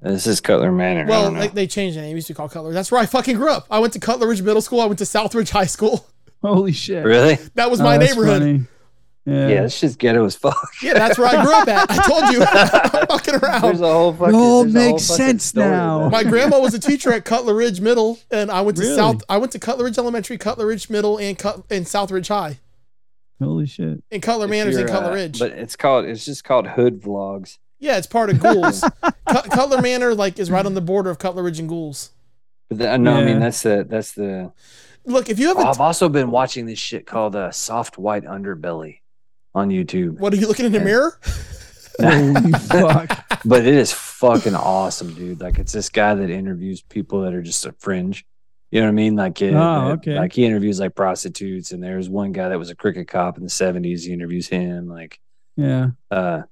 Speaker 3: This is Cutler Manor. I
Speaker 1: Well,
Speaker 3: don't know.
Speaker 1: they, they changed the name. It used to be called Cutler. That's where I fucking grew up. I went to Cutler Ridge Middle School. I went to Southridge High School. (laughs)
Speaker 2: Holy shit!
Speaker 3: really?
Speaker 1: That was
Speaker 2: Oh,
Speaker 1: my
Speaker 2: that's
Speaker 1: neighborhood.
Speaker 2: funny. Yeah.
Speaker 3: Yeah. this shit's ghetto as fuck.
Speaker 1: Yeah, that's where I grew up at. I told you. (laughs) I'm fucking
Speaker 3: There's
Speaker 1: around.
Speaker 3: a whole fucking.
Speaker 2: It all
Speaker 3: there's a whole
Speaker 2: makes
Speaker 3: fucking
Speaker 2: sense
Speaker 3: story to
Speaker 2: now.
Speaker 3: that.
Speaker 1: Oh. My grandma was a teacher at Cutler Ridge Middle, and I went to
Speaker 2: Really?
Speaker 1: South. I went to Cutler Ridge Elementary, Cutler Ridge Middle, and Cut and Southridge High,
Speaker 2: Holy
Speaker 3: (laughs)
Speaker 2: shit!
Speaker 1: and Cutler
Speaker 3: If
Speaker 1: Manors and
Speaker 3: you're,
Speaker 1: Cutler
Speaker 3: uh,
Speaker 1: Ridge.
Speaker 3: But it's called. It's just called Hood Vlogs.
Speaker 1: yeah, it's part of
Speaker 3: (laughs)
Speaker 1: Ghouls. Cut Cutler Manor like is right on the border of Cutler Ridge and Ghouls.
Speaker 3: But the, no, I
Speaker 2: Yeah.
Speaker 3: mean that's the that's the
Speaker 1: Look, if you have a
Speaker 3: Oh, I've also been watching this shit called uh, Soft White Underbelly on YouTube,
Speaker 1: what are you looking in the
Speaker 3: Yeah.
Speaker 1: mirror?
Speaker 2: Holy fuck!
Speaker 3: but it is fucking awesome, dude. Like it's this guy that interviews people that are just a fringe. You know what I mean? Like, it,
Speaker 2: Oh,
Speaker 3: it-
Speaker 2: okay.
Speaker 3: like he interviews like prostitutes, and there's one guy that was a cricket cop in the '70s. He interviews him, like,
Speaker 2: Yeah.
Speaker 3: uh,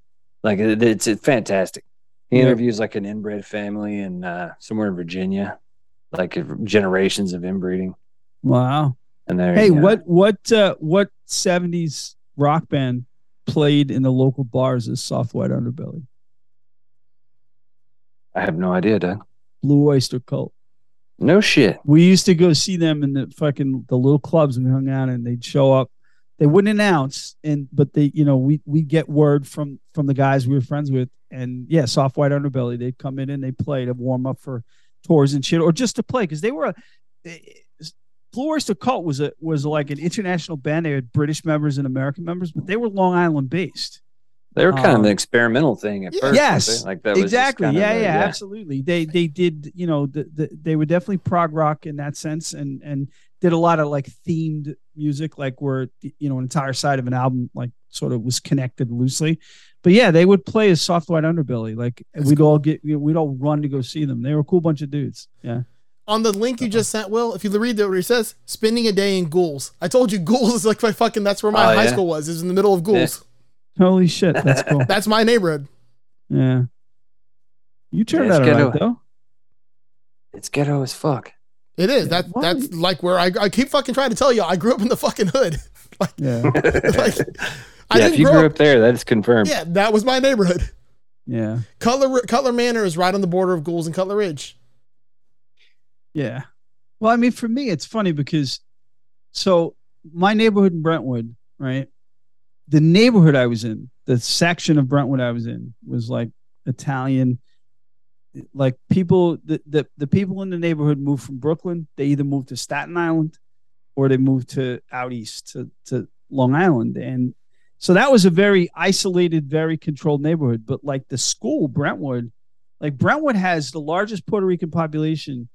Speaker 3: like it, it's it's fantastic. He
Speaker 2: Yeah.
Speaker 3: interviews like an inbred family in uh, somewhere in Virginia, like generations of inbreeding,
Speaker 2: Wow.
Speaker 3: and they're
Speaker 2: Hey,
Speaker 3: you know,
Speaker 2: what what uh, what seventies rock band played in the local bars as Soft White Underbelly?
Speaker 3: I have no idea, Doug.
Speaker 2: Blue Oyster Cult.
Speaker 3: No shit.
Speaker 2: We used to go see them in the fucking the little clubs we hung out in. They'd show up. They wouldn't announce, and but they, you know, we we get word from from the guys we were friends with, and yeah, soft white underbelly. They'd come in and they play to warm up for tours and shit, or just to play because they were. they- Blue Oyster Cult was a was like an international band. They had British members and American members, but they were Long Island based.
Speaker 3: They were kind of
Speaker 2: Um,
Speaker 3: an experimental thing at
Speaker 1: yeah.
Speaker 3: first. weren't
Speaker 2: Yes,
Speaker 3: they? like that was just
Speaker 2: exactly.
Speaker 3: kind of
Speaker 2: yeah,
Speaker 3: a-
Speaker 2: yeah, absolutely. They they did, you know, the, the, they were definitely prog rock in that sense, and and did a lot of like themed music, like where you know an entire side of an album like sort of was connected loosely. But yeah, they would play as soft white underbelly. Like
Speaker 1: That's
Speaker 2: we'd all get, you know, we'd all run to go see them. They were a cool bunch of dudes. Yeah.
Speaker 1: on the link you
Speaker 3: Uh-huh.
Speaker 1: just sent, Will, if you read the- where it says spending a day in ghouls. I told you ghouls is like my fucking that's where my
Speaker 3: Oh,
Speaker 1: high
Speaker 3: yeah?
Speaker 1: school was, is in the middle of ghouls.
Speaker 2: Holy shit, that's
Speaker 3: (laughs)
Speaker 2: cool.
Speaker 1: That's my neighborhood.
Speaker 2: yeah. You turned
Speaker 3: Yeah,
Speaker 2: out
Speaker 3: it's
Speaker 2: all right,
Speaker 3: ghetto.
Speaker 2: though.
Speaker 3: It's ghetto as fuck.
Speaker 1: It is.
Speaker 2: Yeah,
Speaker 1: That
Speaker 2: why?
Speaker 1: that's like where I I keep fucking trying to tell you I grew up in the fucking hood. (laughs)
Speaker 3: (laughs)
Speaker 1: like
Speaker 2: Yeah.
Speaker 1: like I
Speaker 3: yeah,
Speaker 1: didn't
Speaker 3: if you
Speaker 1: grow
Speaker 3: grew
Speaker 1: up,
Speaker 3: up there, that's confirmed.
Speaker 1: Yeah, that was my neighborhood.
Speaker 2: Yeah.
Speaker 1: Cutler Cutler Manor is right on the border of ghouls and Cutler Ridge.
Speaker 2: Yeah. Well, I mean, for me, it's funny because so my neighborhood in Brentwood, right? The neighborhood I was in, the section of Brentwood I was in was like Italian. Like people, the, the, the people in the neighborhood moved from Brooklyn. They either moved to Staten Island or they moved to out east to, to Long Island. And so that was a very isolated, very controlled neighborhood. But like the school, Brentwood, like Brentwood has the largest Puerto Rican population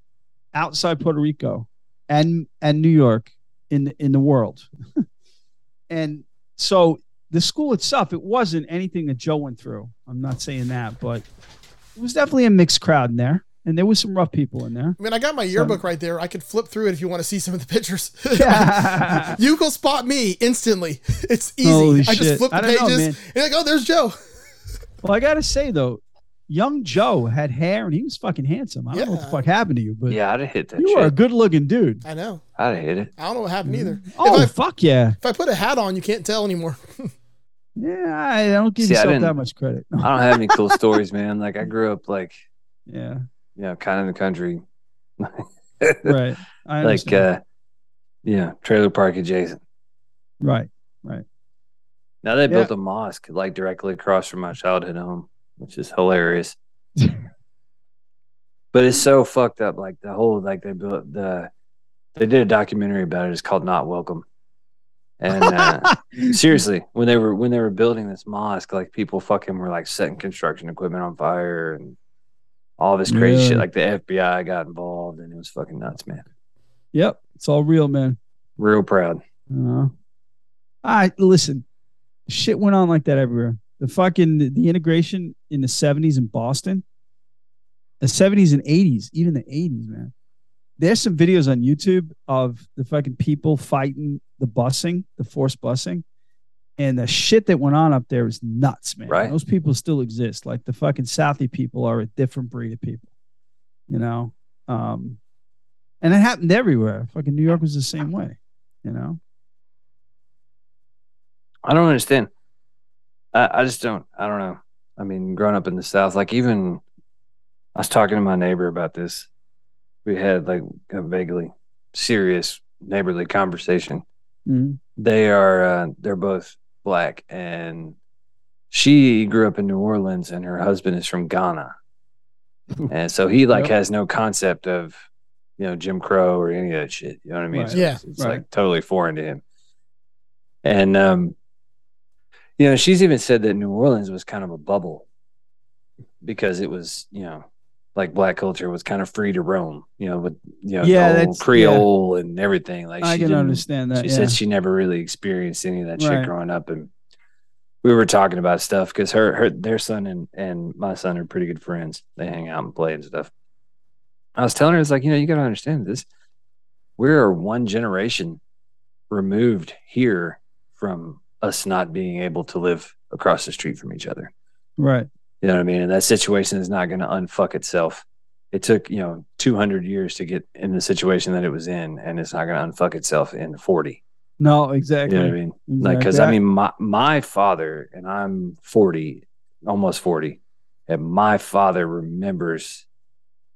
Speaker 2: outside Puerto Rico and and New York in the, in the world. (laughs) and so the school itself, it wasn't anything that Joe went through. I'm not saying that, but it was definitely a mixed crowd in there. And there was some rough people in there.
Speaker 1: I mean, I got my yearbook right there. I could flip through it if you want to see some of the (laughs) pictures.
Speaker 2: Yeah.
Speaker 1: (laughs) you can spot me instantly. (laughs) It's (laughs) easy.
Speaker 2: (laughs) Holy
Speaker 1: I just
Speaker 2: shit.
Speaker 1: flip the
Speaker 2: I don't
Speaker 1: pages.
Speaker 2: know, man.
Speaker 1: and you're like, oh, there's Joe.
Speaker 2: Well, I gotta say though, young Joe had hair and he was fucking handsome. I don't know what the
Speaker 1: Yeah.
Speaker 2: fuck happened to you, but
Speaker 3: Yeah, I'd have hit that
Speaker 2: you
Speaker 3: shit.
Speaker 2: are a good looking dude.
Speaker 1: I know.
Speaker 3: I'd have hit it.
Speaker 1: I don't know what happened either.
Speaker 2: Oh
Speaker 1: If, I,
Speaker 2: fuck yeah.
Speaker 1: if I put a hat on, you can't tell anymore.
Speaker 2: Yeah, I don't give
Speaker 3: See, I
Speaker 2: yourself that
Speaker 3: didn't-
Speaker 2: much credit. (laughs)
Speaker 3: I don't have any cool stories, man. Like I grew up like
Speaker 2: yeah.
Speaker 3: you know, kind of in the country,
Speaker 2: Right. I
Speaker 3: (laughs) like
Speaker 2: understand.
Speaker 3: uh, you know, trailer park adjacent.
Speaker 2: right.
Speaker 3: Now they
Speaker 2: Yeah.
Speaker 3: built a mosque like directly across from my childhood home, which is
Speaker 2: (laughs)
Speaker 3: hilarious. but it's so fucked up. Like the whole like they built the they did a documentary about it. It's called Not Welcome. And uh, seriously, when they were when they were building this mosque, like people fucking were like setting construction equipment on fire and all this crazy
Speaker 2: Really?
Speaker 3: shit. Like the FBI got involved and it was fucking nuts, man.
Speaker 2: (laughs) yep. It's all real, man.
Speaker 3: Real proud.
Speaker 2: Uh, I listen. Shit went on like that everywhere. The fucking the integration in the seventies in Boston, the seventies and eighties, even the eighties, man. There's some videos on YouTube of the fucking people fighting the busing, the forced busing, and the shit that went on up there was nuts, man.
Speaker 3: Right.
Speaker 2: Those people still exist. Like the fucking Southie people are a different breed of people, you know. Um, and it happened everywhere. Fucking New York was the same way, you know.
Speaker 3: I don't understand. I, I just don't. I don't know. I mean, growing up in the South, like even I was talking to my neighbor about this. We had like a vaguely serious neighborly conversation.
Speaker 2: Mm.
Speaker 3: They are uh, they're both black, and she grew up in New Orleans, and her husband is
Speaker 2: (laughs)
Speaker 3: from Ghana, and so he like
Speaker 2: Yep.
Speaker 3: has no concept of you know Jim Crow or any of that shit. You know what I mean?
Speaker 2: Right.
Speaker 3: So
Speaker 1: Yeah.
Speaker 3: it's, it's,
Speaker 2: Right.
Speaker 3: like totally foreign to him. And um, you know, she's even said that New Orleans was kind of a bubble because it was, you know, like black culture was kind of free to roam, you know, with you know, the
Speaker 2: Yeah,
Speaker 3: whole
Speaker 2: that's-
Speaker 3: Creole and everything. Like
Speaker 2: I
Speaker 3: she
Speaker 2: can
Speaker 3: didn't-
Speaker 2: understand that.
Speaker 3: She
Speaker 2: yeah.
Speaker 3: said she never really experienced any of that
Speaker 2: Right.
Speaker 3: shit growing up, and we were talking about stuff because her, her, their son and and my son are pretty good friends. They hang out and play and stuff. I was telling her, it's like you know, you got to understand this. We are one generation removed here from us not being able to live across the street from each other.
Speaker 2: right.
Speaker 3: You know what I mean? And that situation is not going to unfuck itself. It took, you know, 200 years to get in the situation that it was in, and it's not going to unfuck itself in 40.
Speaker 2: No, exactly.
Speaker 3: You know what I mean? Like, because I mean, my, my father, and I'm 40, almost 40, and my father remembers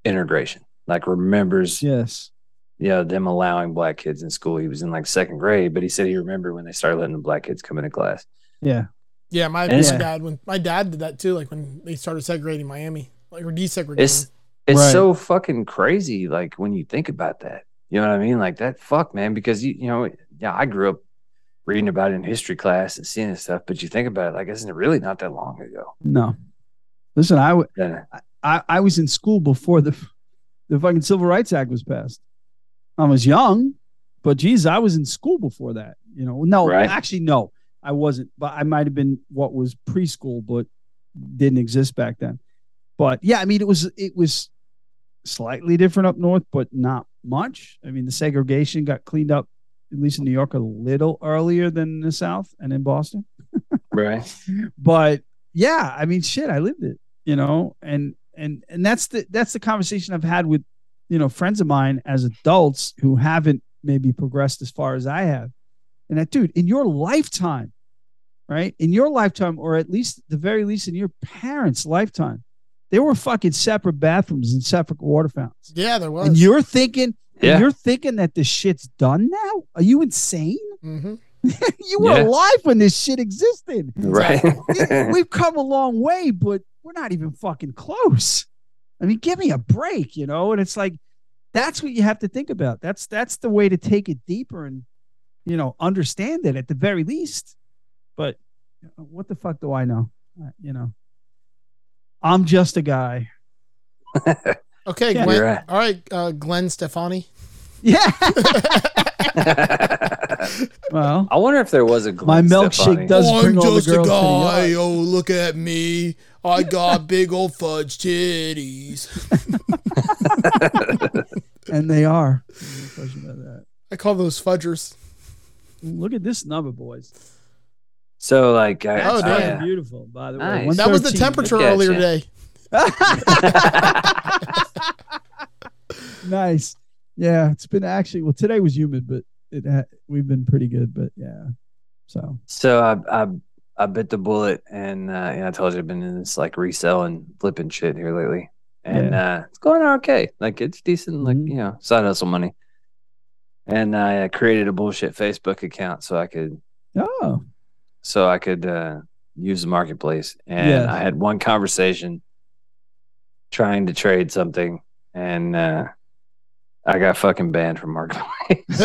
Speaker 3: integration, like, remembers,
Speaker 2: yes.
Speaker 3: you know, them allowing black kids in school. He was in like second grade, but he said he remembered when they started letting the black kids come into class.
Speaker 2: Yeah.
Speaker 1: Yeah, my,
Speaker 3: And it's-
Speaker 1: my dad when my dad did that too. Like when they started segregating Miami, like or desegregating.
Speaker 3: It's it's
Speaker 2: Right.
Speaker 3: so fucking crazy. Like when you think about that, you know what I mean? Like that, fuck, man. Because you, you know, yeah, I grew up reading about it in history class and seeing this stuff, but you think about it, like isn't it really not that long ago?
Speaker 2: No. Listen, I, w-
Speaker 3: Yeah.
Speaker 2: I I was in school before the the fucking Civil Rights Act was passed. I was young, but geez, I was in school before that. You know, no,
Speaker 3: Right.
Speaker 2: actually, no, I wasn't. But I might have been what was preschool, but didn't exist back then. But yeah, I mean, it was it was slightly different up north, but not much. I mean, the segregation got cleaned up, at least in New York, a little earlier than in the South and in Boston
Speaker 3: Right.
Speaker 2: but yeah i mean shit i lived it you know and and and that's the that's the conversation i've had with you know friends of mine as adults who haven't maybe progressed as far as i have and that dude in your lifetime right in your lifetime or at least the very least in your parents lifetime there were fucking separate bathrooms and separate water fountains
Speaker 1: yeah, there was.
Speaker 2: and you're thinking
Speaker 3: Yeah.
Speaker 2: you're thinking that this shit's done now are you insane (laughs)
Speaker 1: hmm
Speaker 2: you were
Speaker 3: Yeah.
Speaker 2: alive when this shit existed
Speaker 3: (laughs) Right.
Speaker 1: (laughs)
Speaker 2: it- we've come a long way, but we're not even fucking close. I mean, give me a break, you know? And it's like That's what you have to think about. That's that's the way to take it deeper and you know understand it at the very least. But you know, what the fuck do I know? Uh, You know, I'm just
Speaker 1: (laughs)
Speaker 2: a guy.
Speaker 1: Okay,
Speaker 2: Yeah.
Speaker 1: Glenn.
Speaker 3: You're right.
Speaker 1: All right, uh, Glenn Stefani. (laughs)
Speaker 2: Yeah.
Speaker 3: (laughs) I
Speaker 2: well,
Speaker 3: wonder if there was a
Speaker 2: My
Speaker 3: Glenn
Speaker 2: milkshake
Speaker 3: Stefani.
Speaker 2: does- bring all the girls to the yard.
Speaker 1: Oh, look at me. I got big old fudge titties.
Speaker 2: and they are. No question about that.
Speaker 1: I call those fudgers.
Speaker 2: Look at this number, boys.
Speaker 3: So like, I,
Speaker 1: Oh,
Speaker 3: oh,
Speaker 2: Fucking
Speaker 1: damn.
Speaker 2: beautiful, by the way.
Speaker 3: Nice.
Speaker 1: That was the
Speaker 2: 113.
Speaker 1: temperature
Speaker 3: Look at
Speaker 1: earlier
Speaker 3: ya.
Speaker 1: today. (laughs)
Speaker 2: nice. Yeah, it's been actually well. Today was humid, but it ha- we've been pretty good. But yeah, so
Speaker 3: (laughs) so I, I I bit the bullet, and uh, yeah, I told you I've been in this like reselling, flipping shit here lately, and uh, it's going okay. Like it's decent, like
Speaker 2: Mhm.
Speaker 3: you know, side hustle money. And I uh, created a bullshit Facebook account so I could
Speaker 2: oh (laughs)
Speaker 3: so I could uh, use the marketplace. And
Speaker 2: Yes.
Speaker 3: I had one conversation trying to trade something, and uh, I got fucking banned from marketplace.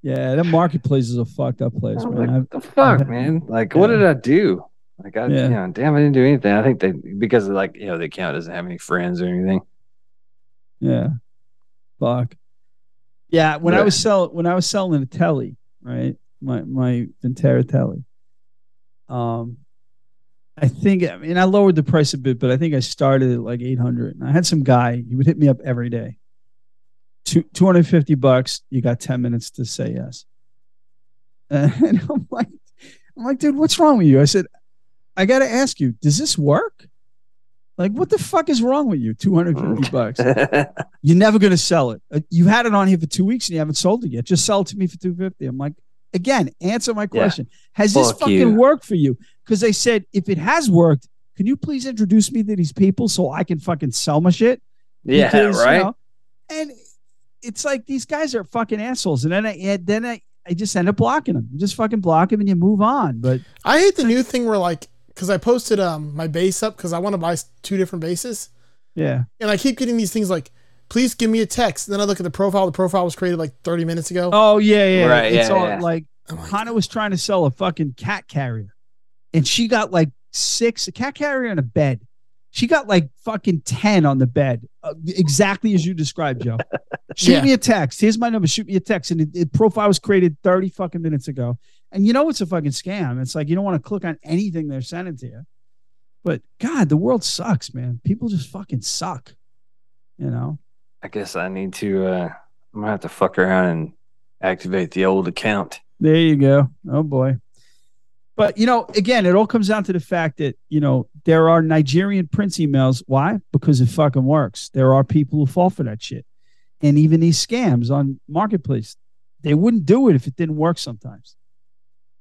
Speaker 2: yeah, that marketplace is a fucked up place,
Speaker 3: I'm
Speaker 2: man.
Speaker 3: like, the fuck,
Speaker 2: I've-
Speaker 3: man! Like, what
Speaker 2: Yeah.
Speaker 3: did I do? Like, I,
Speaker 2: Yeah.
Speaker 3: you know, damn, I didn't do anything. I think they because like you know the account doesn't have any friends or anything. (laughs)
Speaker 2: Yeah. Fuck. Yeah, when I
Speaker 3: Yeah.
Speaker 2: was sell when I was selling a telly, right? My my Ventara telly. Um I think I mean I lowered the price a bit, but I think I started at like 800 and I had some guy, he would hit me up every day. Two, 250 bucks, you got 10 minutes to say yes. (laughs) And I'm like I'm like, "Dude, what's wrong with you?" I said, "I got to ask you, does this work?" Like, what the fuck is wrong with you? 250 bucks. You're never going to sell it. Uh, You had it on here for two weeks and you haven't sold it yet. Just sell it to me for 250. I'm like, again, answer my question. Has this
Speaker 3: Fuck
Speaker 2: fucking
Speaker 3: you.
Speaker 2: worked for you? Because they said, if it has worked, can you please introduce me to these people so I can fucking sell my shit?
Speaker 3: yeah,
Speaker 2: Because, you
Speaker 3: right.
Speaker 2: know, and it's like these guys are fucking assholes. And then I and then I, I just end up blocking them. You just fucking block them and you move on. But
Speaker 1: I hate the new thing where like, because I posted um my base up because I want to buy s- two different bases,
Speaker 2: yeah.
Speaker 1: and I keep getting these things like, please give me a text. And then I look at the profile. The profile was created like 30 minutes ago.
Speaker 2: Oh yeah, yeah.
Speaker 3: Right,
Speaker 2: It's
Speaker 3: yeah,
Speaker 2: all
Speaker 3: yeah.
Speaker 2: like
Speaker 1: I'm like,
Speaker 2: Hannah was trying to sell a fucking cat carrier, and she got like six a cat carrier and a bed. She got like fucking ten on the bed, uh, exactly as you described, Joe. Shoot
Speaker 1: Yeah.
Speaker 2: me a text. Here's my number. Shoot me a text. And the profile was created thirty fucking minutes ago. And you know it's a fucking scam. It's like you don't want to click on anything they're sending to you. But God, the world sucks, man. People just fucking suck. You know?
Speaker 3: I guess I need to. uh I'm gonna have to fuck around and activate the old account.
Speaker 2: There you go. Oh boy. But you know, again, it all comes down to the fact that you know there are Nigerian prince emails. Why? Because it fucking works. There are people who fall for that shit, and even these scams on marketplace, they wouldn't do it if it didn't work sometimes.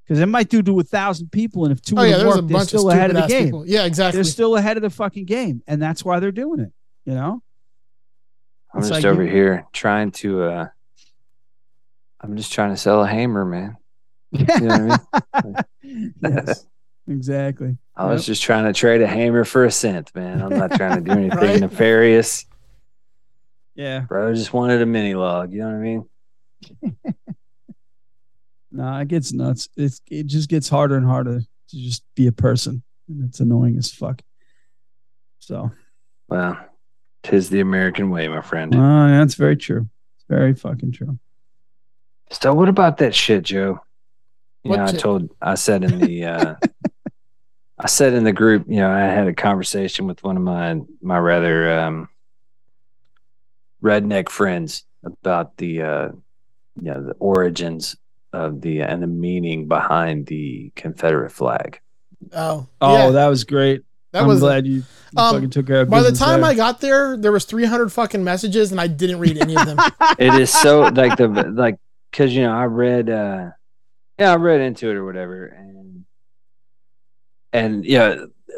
Speaker 2: Because it might do to a thousand people, and if two
Speaker 1: oh
Speaker 2: of
Speaker 1: yeah,
Speaker 2: them
Speaker 1: there's
Speaker 2: work,
Speaker 1: a
Speaker 2: they're
Speaker 1: bunch of
Speaker 2: still ahead
Speaker 1: stupid
Speaker 2: of the
Speaker 1: ass
Speaker 2: game.
Speaker 1: people. Yeah, exactly.
Speaker 2: They're still ahead of the fucking game, and that's why they're doing it. You know?
Speaker 3: I'm
Speaker 2: It's
Speaker 3: just
Speaker 2: like-
Speaker 3: over here trying to. uh I'm just trying to sell a hammer, man. You know what
Speaker 2: (laughs)
Speaker 3: I mean?
Speaker 2: yes, exactly.
Speaker 3: I was
Speaker 2: Yep.
Speaker 3: just trying to trade a hammer for a cent, man. I'm
Speaker 2: (laughs)
Speaker 3: not trying to do anything
Speaker 1: Right.
Speaker 3: nefarious,
Speaker 2: Yeah.
Speaker 3: bro. I just wanted a mini log. You know what I mean?
Speaker 2: No, it gets nuts. It's it just gets harder and harder to just be a person, and it's annoying as fuck. So
Speaker 3: Well, tis the American way, my friend.
Speaker 2: uh, that's very true. It's very fucking true.
Speaker 3: So, what about that shit, Joe? You
Speaker 1: What
Speaker 3: know, I
Speaker 1: shit?
Speaker 3: told, I said in
Speaker 1: (laughs)
Speaker 3: the, uh, I said in the group, you know, I had a conversation with one of my my rather um, redneck friends about the, uh, you know, the origins of the and the meaning behind the Confederate flag.
Speaker 1: oh,
Speaker 2: Oh,
Speaker 1: yeah, that,
Speaker 2: that was great. I'm
Speaker 1: was.
Speaker 2: glad you, you
Speaker 1: Um,
Speaker 2: fucking took care of.
Speaker 1: by the time I got there, there was 300 fucking messages, and I didn't read any
Speaker 2: (laughs)
Speaker 1: of them. (laughs)
Speaker 2: I,
Speaker 3: It is so like the like because you know I read, uh yeah, I read into it or whatever, and and yeah,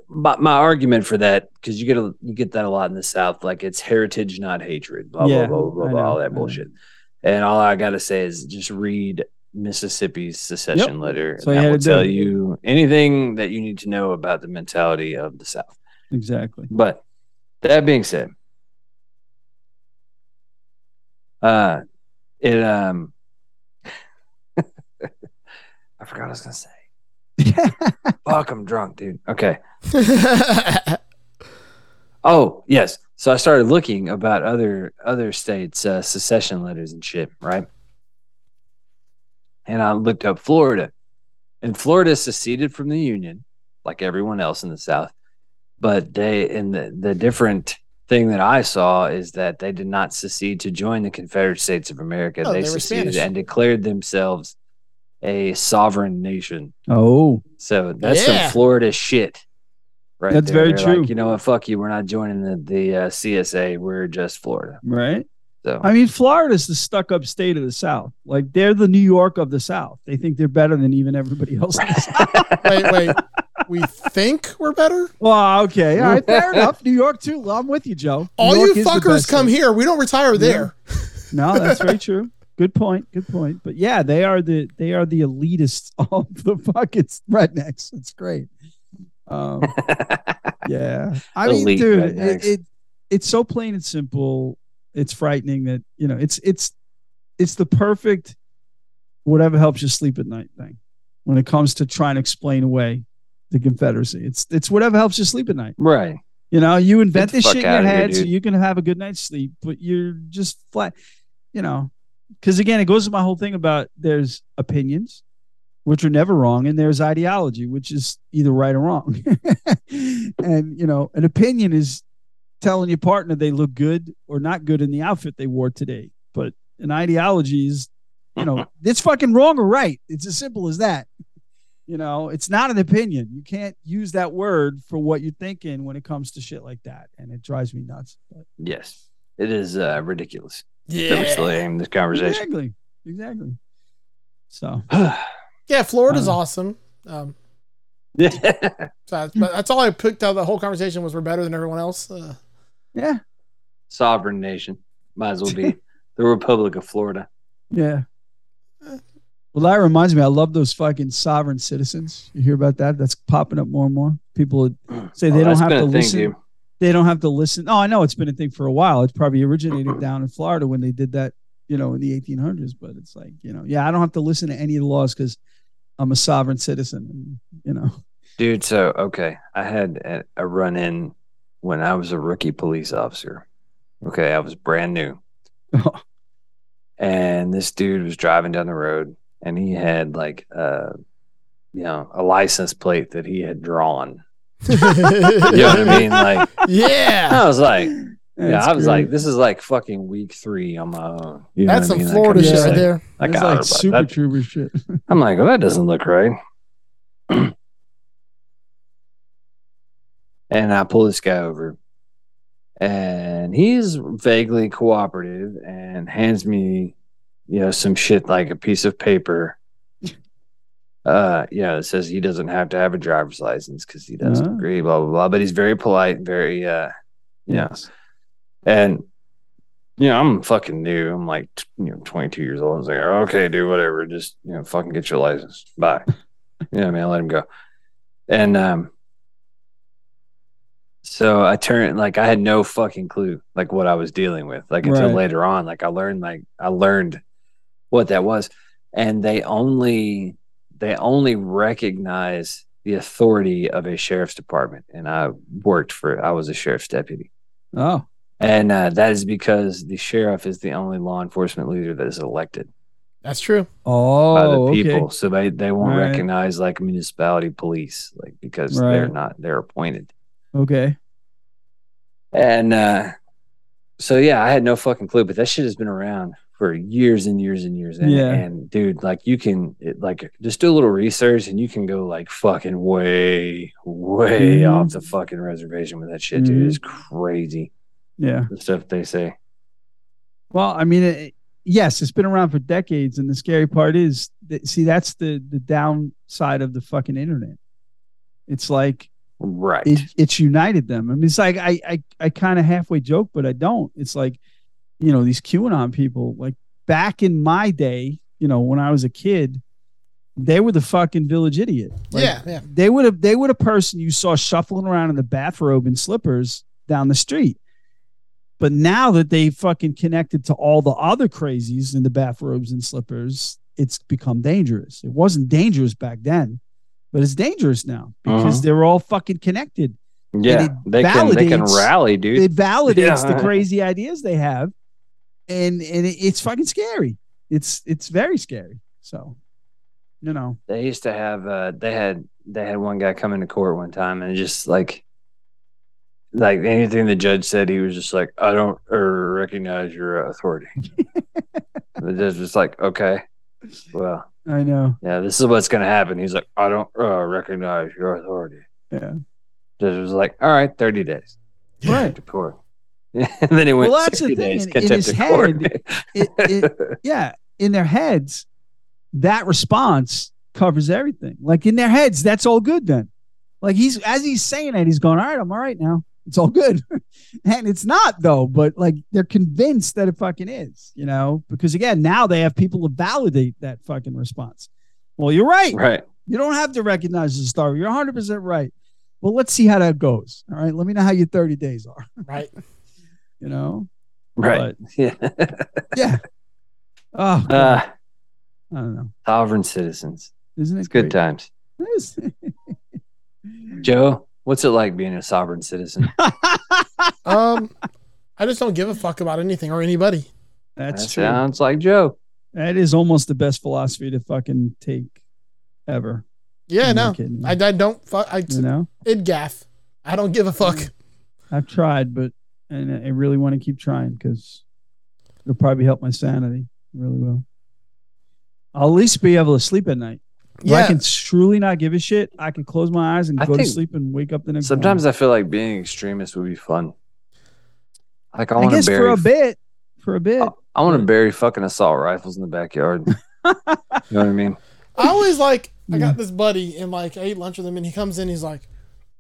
Speaker 3: my my argument for that because you get a, you get that a lot in the South, like it's heritage, not hatred, blah
Speaker 2: Yeah,
Speaker 3: blah blah blah
Speaker 2: I
Speaker 3: blah, all
Speaker 2: know, I
Speaker 3: that
Speaker 2: know.
Speaker 3: bullshit, and all I gotta say is just read Mississippi's secession letter.
Speaker 2: So
Speaker 3: So
Speaker 2: you had
Speaker 3: that will
Speaker 2: to do
Speaker 3: tell
Speaker 2: it.
Speaker 3: you anything that you need to know about the mentality of the South.
Speaker 2: exactly. (laughs)
Speaker 3: But that being said, Uh, it um, (laughs) I forgot what I was gonna say. Fuck, I'm drunk, dude. Okay. Oh yes. So I started looking about other other states' uh, secession letters and shit, right? And I looked up Florida, and Florida seceded from the Union, like everyone else in the South. But they, and the the different thing that I saw is that they did not secede to join the Confederate States of America.
Speaker 1: Oh,
Speaker 3: they,
Speaker 1: they were
Speaker 3: seceded
Speaker 1: Spanish.
Speaker 3: and declared themselves a sovereign nation.
Speaker 2: oh,
Speaker 3: So that's
Speaker 1: Yeah.
Speaker 3: some Florida shit, right?
Speaker 2: That's
Speaker 3: there.
Speaker 2: very
Speaker 3: They're like,
Speaker 2: true.
Speaker 3: you know what? Fuck you. We're not joining the, the uh, CSA. We're just Florida.
Speaker 2: right.
Speaker 3: So
Speaker 2: I mean, Florida's the stuck-up state of the South. Like they're the New York of the South. They think they're better than even everybody else. (laughs)
Speaker 1: wait, wait. We think we're better.
Speaker 2: well, okay, all right, (laughs) fair enough. New York too. Well, I'm with you, Joe. New
Speaker 1: All you
Speaker 2: York is the
Speaker 1: fuckers
Speaker 2: best
Speaker 1: come
Speaker 2: state.
Speaker 1: here. We don't retire there.
Speaker 2: (laughs) No, that's very true. Good point. Good point. But yeah, they are the they are the elitist (laughs) of the fucking rednecks. It's great.
Speaker 3: (laughs)
Speaker 2: Um, yeah, I mean,
Speaker 3: Elite
Speaker 2: dude,
Speaker 3: rednecks.
Speaker 2: it, it it's so plain and simple. It's frightening that you know it's it's it's the perfect whatever helps you sleep at night thing when it comes to trying to explain away the Confederacy. It's it's whatever helps you sleep at night.
Speaker 3: right.
Speaker 2: You know, you invent
Speaker 3: the
Speaker 2: this
Speaker 3: fuck
Speaker 2: shit in your
Speaker 3: outta here,
Speaker 2: head so
Speaker 3: dude.
Speaker 2: you can have a good night's sleep, but you're just flat, you know. Because again, it goes to my whole thing about there's opinions, which are never wrong, and there's ideology, which is either right or wrong. (laughs) and, you know, an opinion is telling your partner they look good or not good in the outfit they wore today. But an ideology is, you know, it's fucking wrong or right. It's as simple as that. You know, it's not an opinion. You can't use that word for what you're thinking when it comes to shit like that. And it drives me nuts. But-
Speaker 3: Yes. It is uh, ridiculous.
Speaker 1: Yeah.
Speaker 3: Purposely aim this
Speaker 1: (laughs)
Speaker 3: conversation. (laughs)
Speaker 2: Exactly. Exactly. So
Speaker 1: Yeah. Florida's
Speaker 2: Uh.
Speaker 3: Uh-huh.
Speaker 1: awesome. Um,
Speaker 3: yeah.
Speaker 1: so that's, but that's all I picked out of the whole conversation was we're better than everyone else. Uh,
Speaker 2: yeah.
Speaker 3: Sovereign nation. Might as well be the Republic of Florida.
Speaker 2: Yeah. Well, that reminds me, I love those fucking sovereign citizens. You hear about that? That's popping up more and more. People say they don't
Speaker 3: Oh, that's
Speaker 2: have
Speaker 3: been
Speaker 2: to
Speaker 3: a thing,
Speaker 2: listen.
Speaker 3: dude.
Speaker 2: they don't have to listen. Oh, I know it's been a thing for a while. It probably originated down in Florida when they did that, you know, in the 1800s. But it's like, you know, yeah, I don't have to listen to any of the laws because I'm a sovereign citizen. And, you know,
Speaker 3: Dude, so okay, I had a, a run in when I was a rookie police officer. Okay, I was brand new. and this dude was driving down the road and he had like uh you know, a license plate that he had drawn. (laughs) You know what
Speaker 2: (laughs)
Speaker 3: I mean? Like
Speaker 1: yeah.
Speaker 3: I was like, yeah,
Speaker 2: That's
Speaker 3: I was
Speaker 2: great.
Speaker 3: like, this is like fucking week three on my own. You know
Speaker 1: That's some
Speaker 3: what I mean? That
Speaker 1: Florida shit
Speaker 3: kinda
Speaker 2: Yeah.
Speaker 1: right
Speaker 3: shit.
Speaker 1: there.
Speaker 3: Like,
Speaker 2: That's
Speaker 3: I
Speaker 2: like
Speaker 3: don't know
Speaker 2: super
Speaker 3: about that.
Speaker 2: trooper shit. (laughs)
Speaker 3: I'm like, well, that doesn't look right. (clears throat) and I pull this guy over, and he's vaguely cooperative and hands me, you know, some shit like a piece of paper. Uh, you know, it says he doesn't have to have a driver's license because he doesn't
Speaker 2: Ah.
Speaker 3: agree, blah blah blah. But he's very polite, very uh, you know, and you know, I'm fucking new. I'm like, t- you know, 22 years old. I was like, okay, dude, whatever. Just you know, fucking get your license. Bye. you know, what I mean, I let him go. And um, so I turned like I had no fucking clue like what I was dealing with like until
Speaker 2: Right.
Speaker 3: later on. Like I learned like I learned what that was, and they only they only recognize the authority of a sheriff's department. And I worked for I was a sheriff's deputy.
Speaker 2: Oh,
Speaker 3: And uh, that is because the sheriff is the only law enforcement leader that is elected
Speaker 1: That's true.
Speaker 2: oh,
Speaker 3: by the people.
Speaker 2: okay.
Speaker 3: So they, they won't
Speaker 2: All right.
Speaker 3: recognize like municipality police, like because they're
Speaker 2: Right.
Speaker 3: not they're appointed.
Speaker 2: Okay.
Speaker 3: And uh, so yeah, I had no fucking clue, but that shit has been around for years and years and years. And,
Speaker 2: Yeah.
Speaker 3: and dude, like you can it, like just do a little research and you can go like fucking way, way
Speaker 2: Mhm.
Speaker 3: off the fucking reservation with that shit,
Speaker 2: Mhm.
Speaker 3: dude. It's crazy
Speaker 2: Yeah.
Speaker 3: the stuff they say.
Speaker 2: Well, I mean, it, yes, it's been around for decades, and the scary part is, that, see, that's the the downside of the fucking internet. It's like
Speaker 3: Right.
Speaker 2: it, it's united them. I mean, it's like I I, I kind of halfway joke, but I don't. It's like, you know, these QAnon people. Like back in my day, you know, when I was a kid, they were the fucking village idiot. Like,
Speaker 1: yeah. Yeah.
Speaker 2: they would have they would a person you saw shuffling around in the bathrobe and slippers down the street But now that they fucking connected to all the other crazies in the bathrobes and slippers, it's become dangerous. It wasn't dangerous back then, but it's dangerous now because
Speaker 3: Uh-huh.
Speaker 2: they're all fucking connected.
Speaker 3: Yeah,
Speaker 2: it
Speaker 3: they can they can
Speaker 2: validates-
Speaker 3: rally, dude.
Speaker 2: It validates
Speaker 3: Yeah.
Speaker 2: the crazy ideas they have, and and it, it's fucking scary. It's it's very scary. So, you know,
Speaker 3: they used to have uh they had they had one guy come into court one time and just like like anything the judge said he was just like i don't uh, recognize your
Speaker 2: (laughs)
Speaker 3: authority the judge was like okay well
Speaker 2: I know.
Speaker 3: yeah this is what's gonna happen he's like i don't uh, recognize your authority
Speaker 2: Yeah.
Speaker 3: judge was like all right 30 days
Speaker 2: Right.
Speaker 3: to court (laughs) and then he went
Speaker 2: Well, that's the
Speaker 3: 60
Speaker 2: thing,
Speaker 3: days
Speaker 2: in- in
Speaker 3: contempt
Speaker 2: his
Speaker 3: of court
Speaker 2: It, it, yeah, in their heads, that response covers everything. Like in their heads, that's all good then. Like he's as he's saying that, he's going, All right, I'm all right now. It's all good. (laughs) and it's not though, but like they're convinced that it fucking is, you know? Because again, now they have people to validate that fucking response. Well, you're right.
Speaker 3: (laughs) right
Speaker 2: You don't have to recognize the star. You're 100% right. Well, let's see how that goes. All right. Let me know how your 30 days are,
Speaker 1: right?
Speaker 2: you know?
Speaker 3: right yeah
Speaker 2: Yeah. Oh, God,
Speaker 3: (laughs) uh,
Speaker 2: I don't know.
Speaker 3: sovereign citizens
Speaker 2: Isn't it
Speaker 3: it's good
Speaker 2: great?
Speaker 3: times
Speaker 2: (laughs) It is.
Speaker 3: Joe, what's it like being a sovereign citizen?
Speaker 1: Um, (laughs) I just don't give a fuck about anything or anybody.
Speaker 2: (laughs) That's
Speaker 3: that
Speaker 2: true.
Speaker 3: sounds like Joe.
Speaker 2: That is almost the best philosophy to fucking take ever.
Speaker 1: Yeah,
Speaker 3: Mm-hmm.
Speaker 2: I'm
Speaker 1: no,
Speaker 2: not kidding.
Speaker 1: I, I don't fuck. I
Speaker 2: you know,
Speaker 1: it gaff. I don't give a fuck.
Speaker 2: I've tried, but and I really want to keep trying because it'll probably help my sanity. It really will. I'll at least be able to sleep at night. If I
Speaker 1: Yeah,
Speaker 2: can truly not give a shit. I can close my eyes and
Speaker 3: I
Speaker 2: go to
Speaker 3: think
Speaker 2: sleep and wake up the next.
Speaker 3: Sometimes
Speaker 2: morning.
Speaker 3: I feel like being extremist would be fun. Like I
Speaker 2: I,
Speaker 3: want to
Speaker 2: guess for
Speaker 3: bury,
Speaker 2: a bit, for a bit.
Speaker 1: Oh.
Speaker 3: I, want to bury fucking assault rifles in
Speaker 2: (laughs)
Speaker 3: the backyard. you know what I mean?
Speaker 1: I always like. I
Speaker 2: Yeah.
Speaker 1: got this buddy, and like I ate lunch with him, and he comes in, he's like,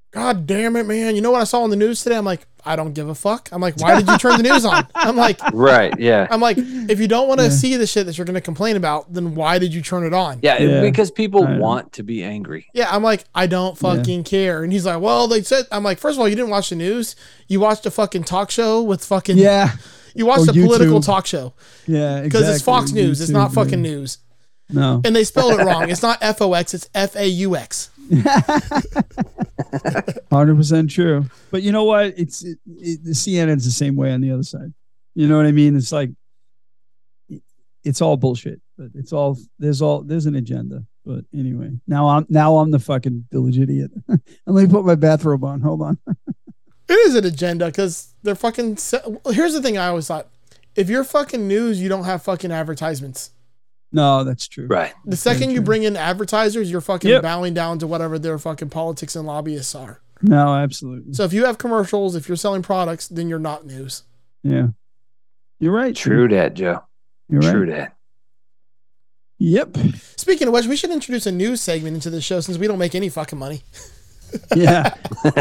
Speaker 1: "God damn it, man! You know what I saw on the news today?" I'm like, "I don't give a fuck." I'm like, "Why did you turn the news
Speaker 2: (laughs)
Speaker 1: on?" I'm like,
Speaker 3: Right? Yeah.
Speaker 1: "I'm like, if you don't want to
Speaker 2: Yeah.
Speaker 1: see the shit that you're going to complain about, then why did you turn it on?"
Speaker 3: Yeah, it-
Speaker 2: Yeah.
Speaker 3: because people
Speaker 2: I know.
Speaker 3: want to be angry.
Speaker 1: Yeah, I'm like, I don't
Speaker 2: Yeah.
Speaker 1: fucking care. And he's like, well, they said, I'm like, first of all, you didn't watch the news. You watched a fucking talk show with fucking,
Speaker 2: yeah,
Speaker 1: you watched
Speaker 2: Or
Speaker 1: a political
Speaker 2: YouTube.
Speaker 1: talk show
Speaker 2: yeah.
Speaker 1: because
Speaker 2: exactly.
Speaker 1: it's Fox News. It's not
Speaker 2: YouTube,
Speaker 1: fucking
Speaker 2: yeah.
Speaker 1: news.
Speaker 2: No.
Speaker 1: And they spelled it wrong. It's not F O X, it's F A U X.
Speaker 2: (laughs) Hundred percent true. But you know what? It's it, it, the CNN's the same way on the other side. You know what I mean? It's like it- it's all bullshit. But it's all there's all there's an agenda. But anyway, now I'm now I'm the fucking village idiot. (laughs) and let me put my bathrobe on. Hold on.
Speaker 1: It is an agenda because they're fucking. se- well, Here's the thing I always thought if you're fucking news, you don't have fucking advertisements.
Speaker 2: No, that's true.
Speaker 3: Right.
Speaker 1: The second you
Speaker 2: true.
Speaker 1: bring in advertisers, you're fucking
Speaker 2: Yep.
Speaker 1: bowing down to whatever their fucking politics and lobbyists are.
Speaker 2: No, absolutely.
Speaker 1: So if you have commercials, if you're selling products, then you're not news.
Speaker 2: yeah, you're right.
Speaker 3: True that, Joe.
Speaker 2: You're right.
Speaker 3: True that.
Speaker 2: Yep. (laughs)
Speaker 1: Speaking of which, we should introduce a news segment into the show since we don't make any fucking money.
Speaker 2: Yeah.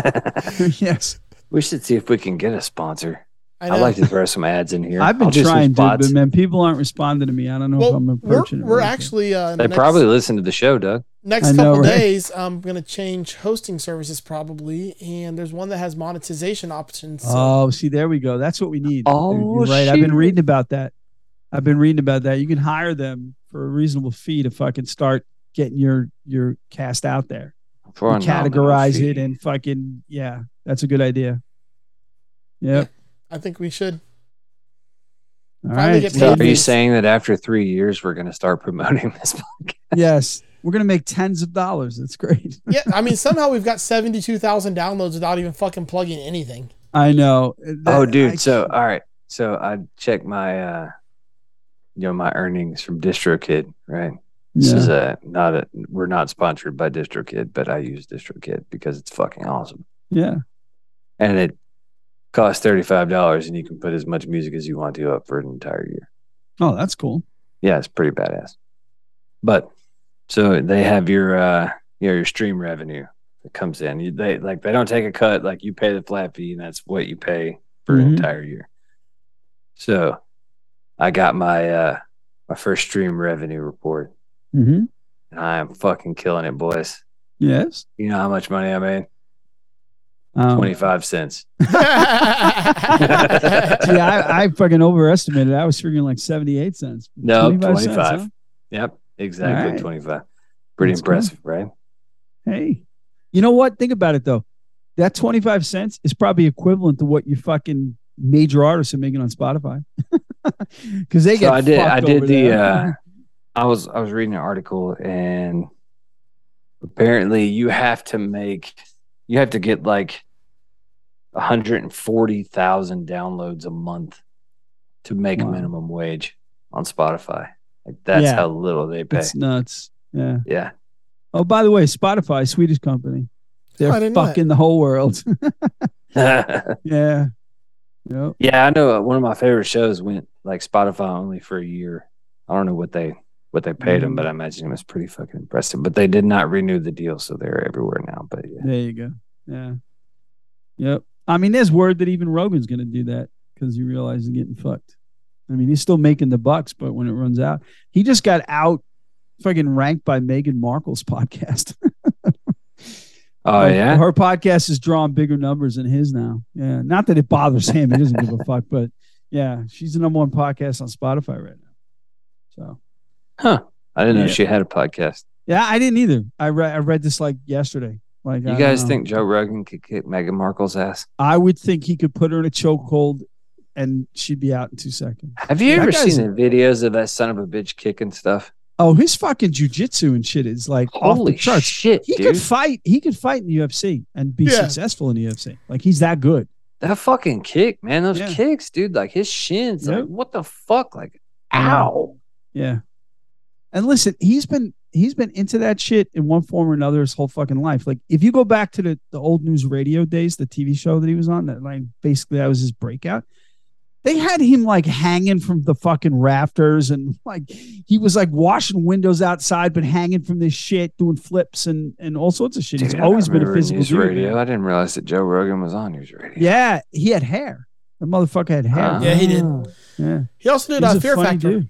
Speaker 2: (laughs) yes.
Speaker 3: (laughs) We should see if we can get a sponsor.
Speaker 1: I know.
Speaker 3: I'd like to throw some ads in here.
Speaker 2: I've been
Speaker 3: I'll do some
Speaker 2: trying, dude,
Speaker 3: spots.
Speaker 2: but man, people aren't responding to me. I don't know if
Speaker 1: well,
Speaker 2: I'm
Speaker 1: we're,
Speaker 2: approaching it.
Speaker 1: we're
Speaker 2: right.
Speaker 1: actually uh, in
Speaker 3: They
Speaker 1: the next,
Speaker 3: probably listen to the show, Doug.
Speaker 1: next
Speaker 2: I know,
Speaker 1: couple
Speaker 2: right?
Speaker 1: days. I'm gonna change hosting services probably, and there's one that has monetization options.
Speaker 3: Uh,
Speaker 1: So
Speaker 2: Oh, see, there we go. That's what we need. dude.
Speaker 3: Oh,
Speaker 2: You're right. I've been
Speaker 3: shit.
Speaker 2: reading about that. I've been reading about that. You can hire them for a reasonable fee to fucking start getting your your cast out there.
Speaker 3: For
Speaker 2: You
Speaker 3: a nominal
Speaker 2: categorize
Speaker 3: fee.
Speaker 2: it and fucking yeah, that's a good idea. Yep.
Speaker 1: I think we should.
Speaker 2: All
Speaker 1: Finally
Speaker 2: right.
Speaker 1: get
Speaker 3: So
Speaker 1: paid.
Speaker 2: Well,
Speaker 3: are you
Speaker 1: Maybe.
Speaker 3: saying that after three years we're going to start (laughs) promoting this podcast?
Speaker 2: yes. We're gonna make tens of dollars. That's great. (laughs)
Speaker 1: Yeah, I mean somehow we've got seventy-two thousand downloads without even fucking plugging anything. (laughs)
Speaker 2: I know.
Speaker 3: Oh,
Speaker 2: That-
Speaker 3: dude.
Speaker 2: I-
Speaker 3: so all right. So I checked my, uh you know, my earnings from DistroKid. Right. This
Speaker 2: yeah.
Speaker 3: is a not a. We're not sponsored by DistroKid, but I use DistroKid because it's fucking awesome,
Speaker 2: yeah.
Speaker 3: and it costs thirty five dollars, and you can put as much music as you want to up for an entire year.
Speaker 2: Oh, that's cool.
Speaker 3: Yeah, it's pretty badass. But so they have your uh you know, your stream revenue that comes in. You, they like they don't take a cut. Like you pay the flat fee, and that's what you pay for an
Speaker 2: Mhm.
Speaker 3: entire year. So I got my uh my first stream revenue report,
Speaker 2: Mm-hmm.
Speaker 3: and I am fucking killing it, boys.
Speaker 2: Yes.
Speaker 3: You know how much money I made?
Speaker 2: Um,
Speaker 3: twenty five cents.
Speaker 2: See, I, I fucking overestimated. I was figuring like 78 cents.
Speaker 3: No,
Speaker 2: 25
Speaker 3: twenty
Speaker 2: cents,
Speaker 3: five.
Speaker 2: huh?
Speaker 3: Yep, exactly
Speaker 2: Alright.
Speaker 3: twenty five. Pretty
Speaker 2: That's cool.
Speaker 3: impressive, right?
Speaker 2: Hey, you know what? Think about it though. That 25 cents is probably equivalent to what your fucking major artists are making on Spotify. (laughs) Because they get
Speaker 3: so I did. I
Speaker 2: fucked
Speaker 3: did
Speaker 2: over
Speaker 3: the.
Speaker 2: there.
Speaker 3: Uh, I was I was reading an article and apparently you have to make you have to get like 140,000 downloads a month to make
Speaker 2: Wow.
Speaker 3: minimum wage on Spotify. Like that's
Speaker 2: Yeah.
Speaker 3: how little they pay.
Speaker 2: it's nuts. Yeah.
Speaker 3: yeah. (laughs)
Speaker 2: Oh, by the way, Spotify, Swedish company.
Speaker 1: I
Speaker 2: They're
Speaker 1: didn't know that.
Speaker 2: fucking the whole world. (laughs)
Speaker 3: yeah,
Speaker 2: yeah. Yep.
Speaker 3: I know uh, one of my favorite shows went like Spotify only for a year. I don't know what they what they paid them,
Speaker 2: Mhm.
Speaker 3: but I imagine it was pretty fucking impressive. But they did not renew the deal, so they're everywhere now. But yeah.
Speaker 2: There you go. Yeah. Yep. I mean, there's word that even Rogan's going to do that because he realizes he's getting fucked. I mean, he's still making the bucks, but when it runs out, he just got out fucking ranked by Meghan Markle's (laughs) podcast.
Speaker 3: Oh
Speaker 2: Her-
Speaker 3: yeah.
Speaker 2: Her podcast is drawing bigger numbers than his now. Yeah. Not that it bothers him. He doesn't give a fuck, but yeah, she's the number one podcast on Spotify right now. So,
Speaker 3: I didn't know
Speaker 2: Yeah.
Speaker 3: she had a podcast.
Speaker 2: yeah, I didn't either. I read, I read this like yesterday. Like, I
Speaker 3: You
Speaker 2: don't
Speaker 3: guys
Speaker 2: know.
Speaker 3: think Joe Rogan could kick Meghan Markle's ass?
Speaker 2: I would think he could put her in a chokehold and she'd be out in two seconds.
Speaker 3: Have you
Speaker 2: That
Speaker 3: ever
Speaker 2: guy's-
Speaker 3: seen the videos of that son of a bitch kicking stuff?
Speaker 2: Oh, his fucking jujitsu and shit is like off
Speaker 3: Holy
Speaker 2: the charts.
Speaker 3: shit,
Speaker 2: he
Speaker 3: dude!
Speaker 2: could fight. He could fight in the UFC and be
Speaker 1: Yeah.
Speaker 2: successful in the UFC. Like he's that good.
Speaker 3: that fucking kick, man! Those
Speaker 2: Yeah.
Speaker 3: kicks, dude! Like his shins.
Speaker 2: Yep.
Speaker 3: Like what the fuck? Like,
Speaker 2: I know.
Speaker 3: ow!
Speaker 2: Yeah. And listen, he's been he's been into that shit in one form or another his whole fucking life. Like if you go back to the, the old news radio days, the TV show that he was on, that like basically that was his breakout. They had him like hanging from the fucking rafters and like he was like washing windows outside but hanging from this shit, doing flips and and all sorts of shit. He's
Speaker 3: Dude, I
Speaker 2: always been a
Speaker 3: remember
Speaker 2: physical
Speaker 3: news
Speaker 2: dude.
Speaker 3: radio.
Speaker 2: man.
Speaker 3: I didn't realize that Joe Rogan was on news radio.
Speaker 2: Yeah, he had hair. The motherfucker had hair.
Speaker 3: Ah.
Speaker 1: Yeah, he did.
Speaker 2: Yeah.
Speaker 1: he also did
Speaker 2: He's
Speaker 1: uh,
Speaker 2: a
Speaker 1: Fear
Speaker 2: funny
Speaker 1: Factor.
Speaker 2: dude.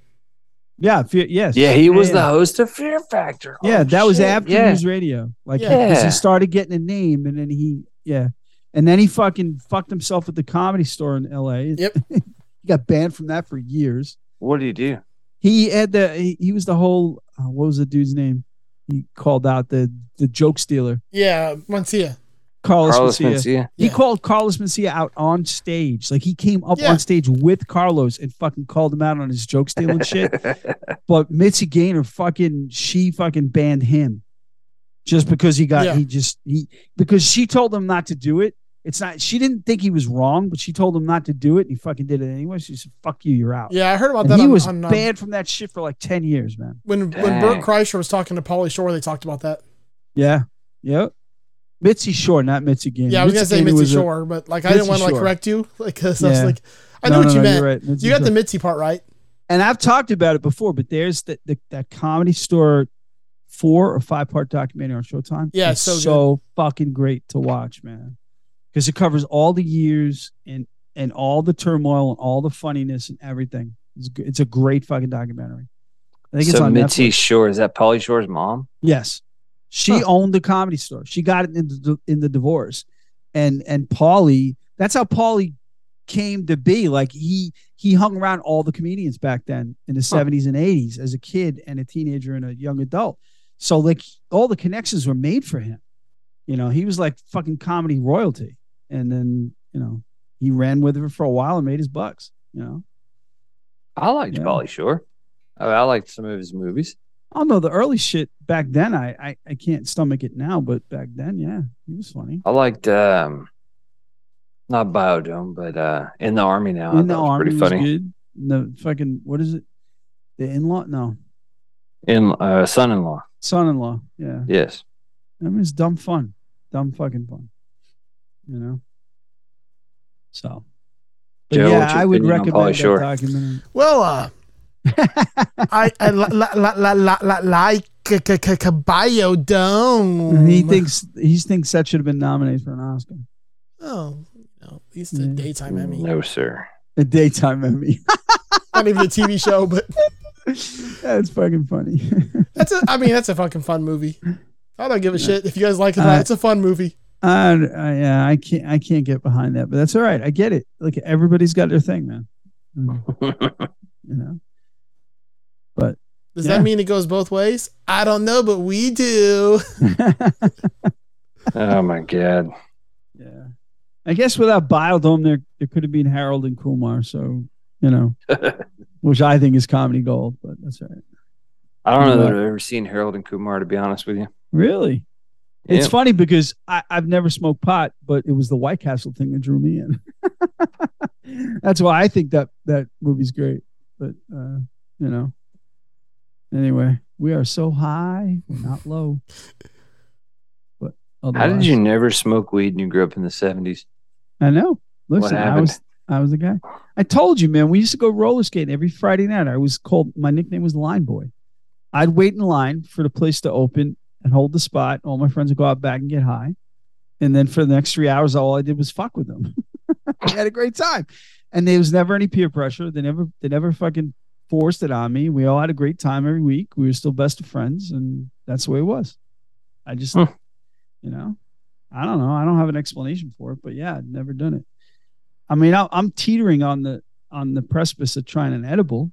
Speaker 2: Yeah, fear, yes.
Speaker 3: yeah, he was
Speaker 2: yeah.
Speaker 3: the host of Fear Factor.
Speaker 2: Yeah,
Speaker 3: Oh,
Speaker 2: that was
Speaker 3: shit.
Speaker 2: after
Speaker 3: Yeah.
Speaker 2: News Radio. Like,
Speaker 1: Yeah.
Speaker 2: 'cause he started getting a name, and then he, yeah, and then he fucking fucked himself at the comedy store in L.A.
Speaker 1: Yep.
Speaker 2: (laughs) he got banned from that for years.
Speaker 3: What do you do?
Speaker 2: He had the he, he was the whole uh, what was the dude's name? He called out the the joke stealer
Speaker 1: Yeah, Moncia.
Speaker 2: Carlos,
Speaker 3: Carlos
Speaker 2: Mencia.
Speaker 3: Mencia.
Speaker 2: He
Speaker 1: Yeah.
Speaker 2: called Carlos Mencia out on stage. Like he came up
Speaker 1: Yeah.
Speaker 2: on stage with Carlos and fucking called him out on his joke stealing shit.
Speaker 3: (laughs)
Speaker 2: But Mitzi Gaynor fucking she fucking banned him just because he got
Speaker 1: Yeah.
Speaker 2: he just he because she told him not to do it. It's not she didn't think he was wrong, but she told him not to do it and he fucking did it anyway. She said, Fuck you, you're out.
Speaker 1: Yeah, I heard about
Speaker 2: And
Speaker 1: that.
Speaker 2: he
Speaker 1: on,
Speaker 2: was
Speaker 1: on, um,
Speaker 2: banned from that shit for like ten years, man.
Speaker 1: when when
Speaker 3: Dang.
Speaker 1: Bert Kreischer was talking to Pauly Shore, they talked about that.
Speaker 2: Yeah. Yep. Mitzi Shore, not Mitzi Gaynor.
Speaker 1: Yeah, I was gonna say
Speaker 2: Gaynor
Speaker 1: Mitzi
Speaker 2: was a-
Speaker 1: Shore, but like I
Speaker 2: Mitzi
Speaker 1: didn't want to like
Speaker 2: Shore.
Speaker 1: correct you, (laughs) like 'cause I was
Speaker 2: Yeah.
Speaker 1: like, I
Speaker 2: No,
Speaker 1: know
Speaker 2: no,
Speaker 1: what you
Speaker 2: no,
Speaker 1: meant.
Speaker 2: You're right. Mitzi
Speaker 1: You got
Speaker 2: Shore.
Speaker 1: the Mitzi part right.
Speaker 2: and I've talked about it before, but there's that the, that comedy store four or five part documentary on Showtime.
Speaker 1: Yeah,
Speaker 2: it's
Speaker 1: so
Speaker 2: so,
Speaker 1: good.
Speaker 2: fucking great to watch, man, because it covers all the years and and all the turmoil and all the funniness and everything. It's, g- it's a great fucking documentary. I think it's
Speaker 3: So
Speaker 2: on
Speaker 3: Mitzi
Speaker 2: Netflix.
Speaker 3: Shore is that Polly Shore's mom?
Speaker 2: Yes, she
Speaker 3: Huh.
Speaker 2: owned the comedy store. She got it in the in the divorce, and and Paulie. That's how Paulie came to be. Like he he hung around all the comedians back then in the
Speaker 3: Huh.
Speaker 2: seventies and eighties as a kid and a teenager and a young adult. So like all the connections were made for him. You know, he was like fucking comedy royalty, and then you know he ran with it for a while and made his bucks. You know,
Speaker 3: I liked
Speaker 2: Yeah.
Speaker 3: Polly Shore. Oh, I, I liked some of his movies.
Speaker 2: I don't know the early shit back then. I I, I can't stomach it now, but back then, yeah, he was funny.
Speaker 3: I liked um not Biodome, but uh In the Army Now. I
Speaker 2: in the
Speaker 3: thought it was
Speaker 2: army
Speaker 3: pretty
Speaker 2: was
Speaker 3: funny.
Speaker 2: good. The fucking what is it? The in law? No,
Speaker 3: In uh Son in Law.
Speaker 2: son in law. Yeah,
Speaker 3: Yes.
Speaker 2: I mean it's dumb fun, dumb fucking fun. You know. So, but
Speaker 3: Joe,
Speaker 2: yeah,
Speaker 3: what's your
Speaker 2: I would
Speaker 3: opinion on Pauly
Speaker 2: recommend
Speaker 3: Shore?
Speaker 2: that
Speaker 1: (laughs)
Speaker 2: documentary.
Speaker 1: Well, uh, I, I li- li- li- li- li- li- like c- c- c- c- biodome.
Speaker 2: he thinks he thinks that should have been nominated for an Oscar,
Speaker 1: Oh, no, he's the
Speaker 2: Yeah.
Speaker 1: daytime Emmy.
Speaker 3: No, sir. (laughs)
Speaker 2: a daytime Emmy. (laughs)
Speaker 1: Not even a TV show, but
Speaker 2: That's fucking funny. (laughs)
Speaker 1: that's a. I mean, that's a fucking fun movie. I don't give a
Speaker 2: Yeah.
Speaker 1: shit if you guys like it. or
Speaker 2: Uh,
Speaker 1: not. it's a fun movie.
Speaker 2: I, I, yeah, I can't I can't get behind that, but that's all right. I get it. Like everybody's got their thing, man. Mm, You know. But
Speaker 1: Does
Speaker 2: Yeah.
Speaker 1: that mean it goes both ways? I don't know, but we do. (laughs)
Speaker 2: (laughs)
Speaker 3: oh my god.
Speaker 2: yeah, I guess without Biledome, there there could have been Harold and Kumar. So you
Speaker 3: (laughs)
Speaker 2: know, which I think is comedy gold, but that's all right.
Speaker 3: I don't know that
Speaker 2: What?
Speaker 3: I've ever seen Harold and Kumar to be honest with you.
Speaker 2: Really. It's
Speaker 3: Yeah.
Speaker 2: funny because I, I've never smoked pot, but it was the White Castle thing that drew me in. (laughs) That's why I think that that movie's great. But uh, you know, anyway, we are so high, we're not low. But
Speaker 3: How
Speaker 2: otherwise,
Speaker 3: did you never smoke weed and you grew up in the 70s?
Speaker 2: I know.
Speaker 3: what
Speaker 2: Listen, I
Speaker 3: happened?
Speaker 2: was I was a guy. I told you, man. We used to go roller skating every Friday night. I was called my nickname was Line Boy. I'd wait in line for the place to open and hold the spot. All my friends would go out back and get high, and then for the next three hours, all I did was fuck with them. (laughs) I had a great time, and there was never any peer pressure. They never they never fucking forced it on me. We all had a great time every week. We were still best of friends, and that's the way it was. I just,
Speaker 3: Hmm.
Speaker 2: you know, I don't know. I don't have an explanation for it, but yeah, I'd never done it. I mean, I, I'm teetering on the on the precipice of trying an edible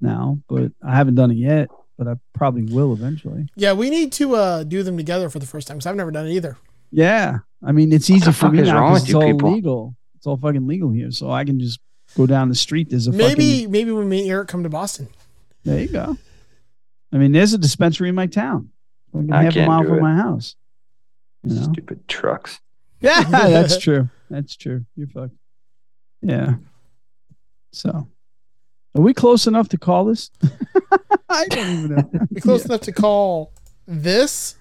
Speaker 2: now, but I haven't done it yet. But I probably will eventually.
Speaker 1: Yeah, we need to uh, do them together for the first time because I've never done it either.
Speaker 2: Yeah, I mean, it's
Speaker 3: What
Speaker 2: easy
Speaker 3: the
Speaker 2: for
Speaker 3: fuck
Speaker 2: me
Speaker 3: is
Speaker 2: now
Speaker 3: wrong
Speaker 2: 'cause
Speaker 3: with
Speaker 2: it's
Speaker 3: you
Speaker 2: all
Speaker 3: people?
Speaker 2: legal. It's all fucking legal here, so I can just go down the street. There's a
Speaker 1: Maybe
Speaker 2: Fucking,
Speaker 1: maybe when me and Eric come to Boston.
Speaker 2: there you go. I mean, there's a dispensary in my town, fucking
Speaker 3: I
Speaker 2: half a
Speaker 3: can't
Speaker 2: mile
Speaker 3: do
Speaker 2: from
Speaker 3: it.
Speaker 2: my house. You know?
Speaker 3: Stupid trucks.
Speaker 1: (laughs)
Speaker 2: Yeah, that's true. That's true. You're fucked. Yeah. So, are we close enough to call this? I don't even know.
Speaker 1: Be (laughs) close enough to call this.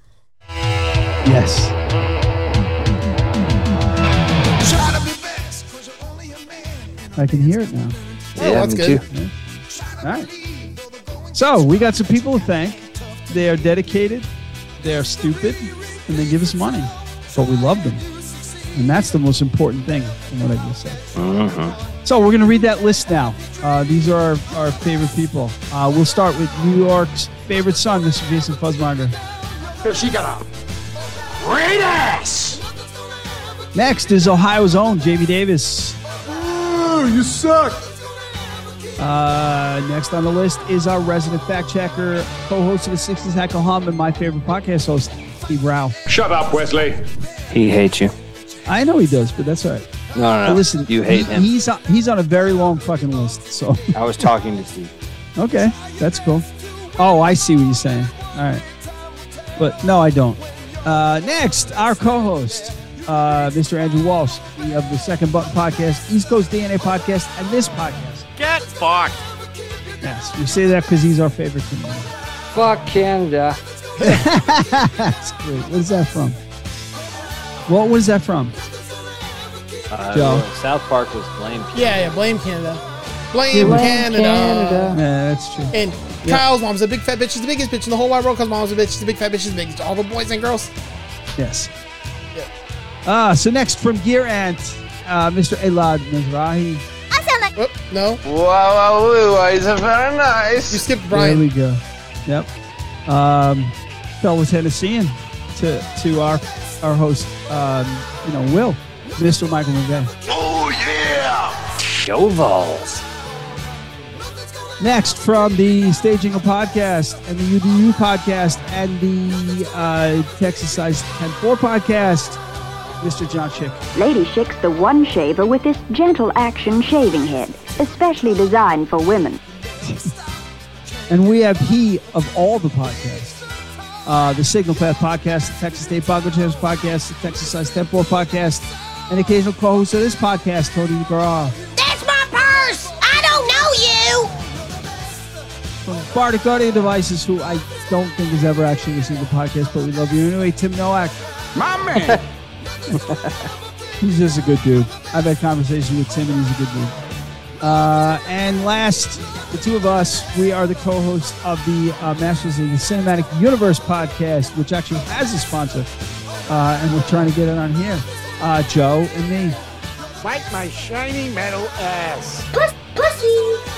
Speaker 2: Yes. I can hear it now.
Speaker 1: Oh, that's
Speaker 3: me
Speaker 1: good.
Speaker 3: too.
Speaker 2: All right. So we got some people to thank. They are dedicated. They are stupid, and they give us money. But we love them, and that's the most important thing. From what I just said.
Speaker 3: Mhm.
Speaker 2: So we're going to read that list now. Uh, these are our, our favorite people. Uh, we'll start with New York's favorite son, Mr. Jason Fuzzmonger. Next is Ohio's own J.B. Davis. you suck. Uh, next on the list is our resident fact checker, co-host of the 60s Hackle Hum, and my favorite podcast host, Steve Rao.
Speaker 4: Shut up, Wesley.
Speaker 3: He hates you.
Speaker 2: I know he does, but that's all right.
Speaker 3: No, no, no.
Speaker 2: But listen,
Speaker 3: Oh, you hate
Speaker 2: he-
Speaker 3: him.
Speaker 2: He's on, he's on a very long fucking list, so. (laughs)
Speaker 3: I was talking to Steve.
Speaker 2: Okay, that's cool. Oh, I see what you're saying. All right, but no, I don't. Uh, next, our co-host, uh, Mr. Andrew Walsh of the Second Button Podcast, East Coast DNA Podcast, and this podcast. Get fucked. Yes, we say that because he's our favorite. comedian.
Speaker 3: Fuck Canada.
Speaker 2: (laughs) that's great. What is that from? What was that from?
Speaker 3: Uh,
Speaker 2: Joe.
Speaker 3: well, South Park was blamed.
Speaker 1: Yeah, yeah. Blame Canada. Blame,
Speaker 3: Blame
Speaker 1: Canada.
Speaker 2: Yeah,
Speaker 3: Canada.
Speaker 2: that's true.
Speaker 1: And Kyle's mom's a big fat bitch. She's the biggest bitch in the whole wide world. Cause mom's a bitch. She's the big fat bitch. She's the biggest. All the boys and girls.
Speaker 2: Yes.
Speaker 1: Yeah.
Speaker 2: Ah, so next from Gear Ant, uh, Mr. Elad Mizrahi.
Speaker 1: Oh, no,
Speaker 5: Wow, wow, wow, wow, it's very
Speaker 1: you
Speaker 5: nice.
Speaker 1: skipped Brian.
Speaker 2: There we go. Yep. Um, fellow Tennessean to to our our host, um, you know, Will, Mr. Michael McVeigh.
Speaker 5: Oh, yeah.
Speaker 3: Jovals.
Speaker 2: Next from the Staging a Podcast and the UDU Podcast and the uh, Texas Size 10-4 Podcast, Mr. John Chick.
Speaker 6: Lady shakes the one shaver with this gentle action shaving head, especially designed for women.
Speaker 2: And we have he of all the podcasts. Uh, the Signal Path podcast, the Texas State Bongo Jams podcast, the Texas Size 10 podcast, and occasional co-host of this podcast, Tony McGraw.
Speaker 7: That's my purse! I don't know you!
Speaker 2: from Bardic Audio Devices, who I don't think has ever actually listened to the podcast, but we love you anyway. Tim Nowak. My man. (laughs) he's just a good dude. I've had conversations with Tim, and he's a good dude. Uh, and last, the two of us, we are the co hosts of the uh, Masters of the Cinematic Universe podcast, which actually has a sponsor, uh, and we're trying to get it on here. Uh, Joe and me.
Speaker 7: Puss, pussy!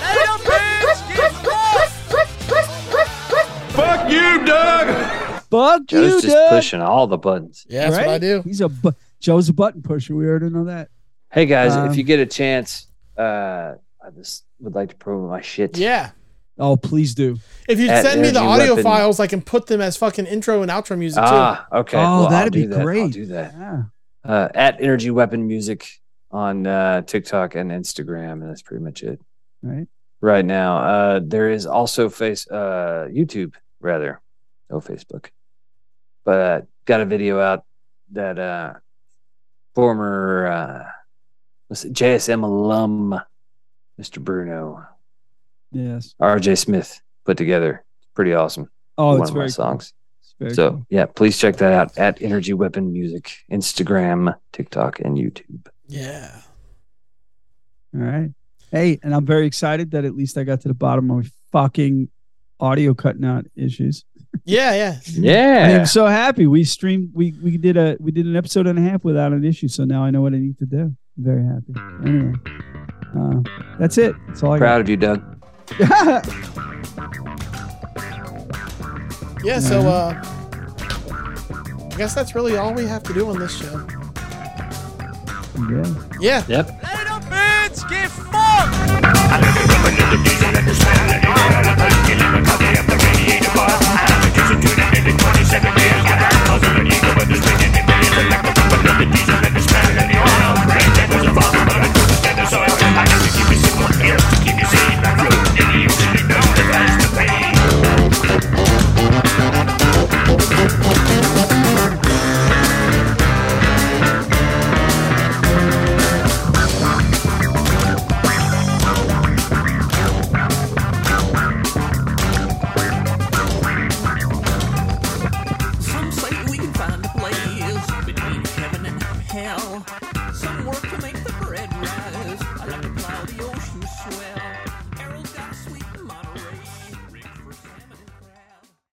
Speaker 7: Puss, puss, puss, puss, puss, puss, puss, puss,
Speaker 4: Fuck you, Doug.
Speaker 2: Fuck
Speaker 3: Joe's
Speaker 2: you,
Speaker 3: just
Speaker 2: dude.
Speaker 3: pushing all the buttons.
Speaker 1: Yeah, that's
Speaker 2: Right?
Speaker 1: what I do.
Speaker 2: He's a bu- Joe's a button pusher. We already know that.
Speaker 3: Hey guys,
Speaker 2: Um,
Speaker 3: if you get a chance, uh, I just would like to promote my shit.
Speaker 1: Yeah.
Speaker 2: Oh, please do.
Speaker 1: If you
Speaker 3: At
Speaker 1: send me the
Speaker 3: Energy
Speaker 1: audio
Speaker 3: Weapon.
Speaker 1: files, I can put them as fucking intro and outro music
Speaker 3: Ah, okay.
Speaker 2: Oh,
Speaker 3: Well, I'll
Speaker 2: that'd
Speaker 3: do
Speaker 2: be
Speaker 3: that. I'll
Speaker 2: great.
Speaker 3: do that.
Speaker 2: Yeah.
Speaker 3: Uh, at Energy Weapon Music on uh, TikTok and Instagram, and that's pretty much it
Speaker 2: Right.
Speaker 3: right now. Uh, there is also face uh, YouTube rather, no Facebook, but uh, got a video out that uh, former uh, what's it, JSM alum, Mr. Bruno
Speaker 2: Yes.
Speaker 3: R.J. Smith put together. It's pretty awesome.
Speaker 2: Oh,
Speaker 3: One
Speaker 2: it's
Speaker 3: of
Speaker 2: very
Speaker 3: my songs.
Speaker 2: Cool. It's very
Speaker 3: so
Speaker 2: cool.
Speaker 3: yeah, please check that out at Energy Weapon Music, Instagram, TikTok, and YouTube.
Speaker 1: too. Yeah.
Speaker 2: All right. Hey, and I'm very excited that at least I got to the bottom of my fucking audio cutting out issues.
Speaker 1: Yeah, yeah.
Speaker 2: I
Speaker 3: Yeah.
Speaker 2: am so happy. We streamed we we did a we did an episode and a half without an issue, so now I know what I need to do. I'm very happy. Anyway. Uh, that's it. That's all I
Speaker 3: Proud of you, Doug.
Speaker 2: got.
Speaker 1: Yeah, so uh I guess that's really all we have to do on this show.
Speaker 2: yeah.
Speaker 1: Yeah.
Speaker 3: Yep.
Speaker 4: I love it when the music and the sound. I love it when the radiator buzz.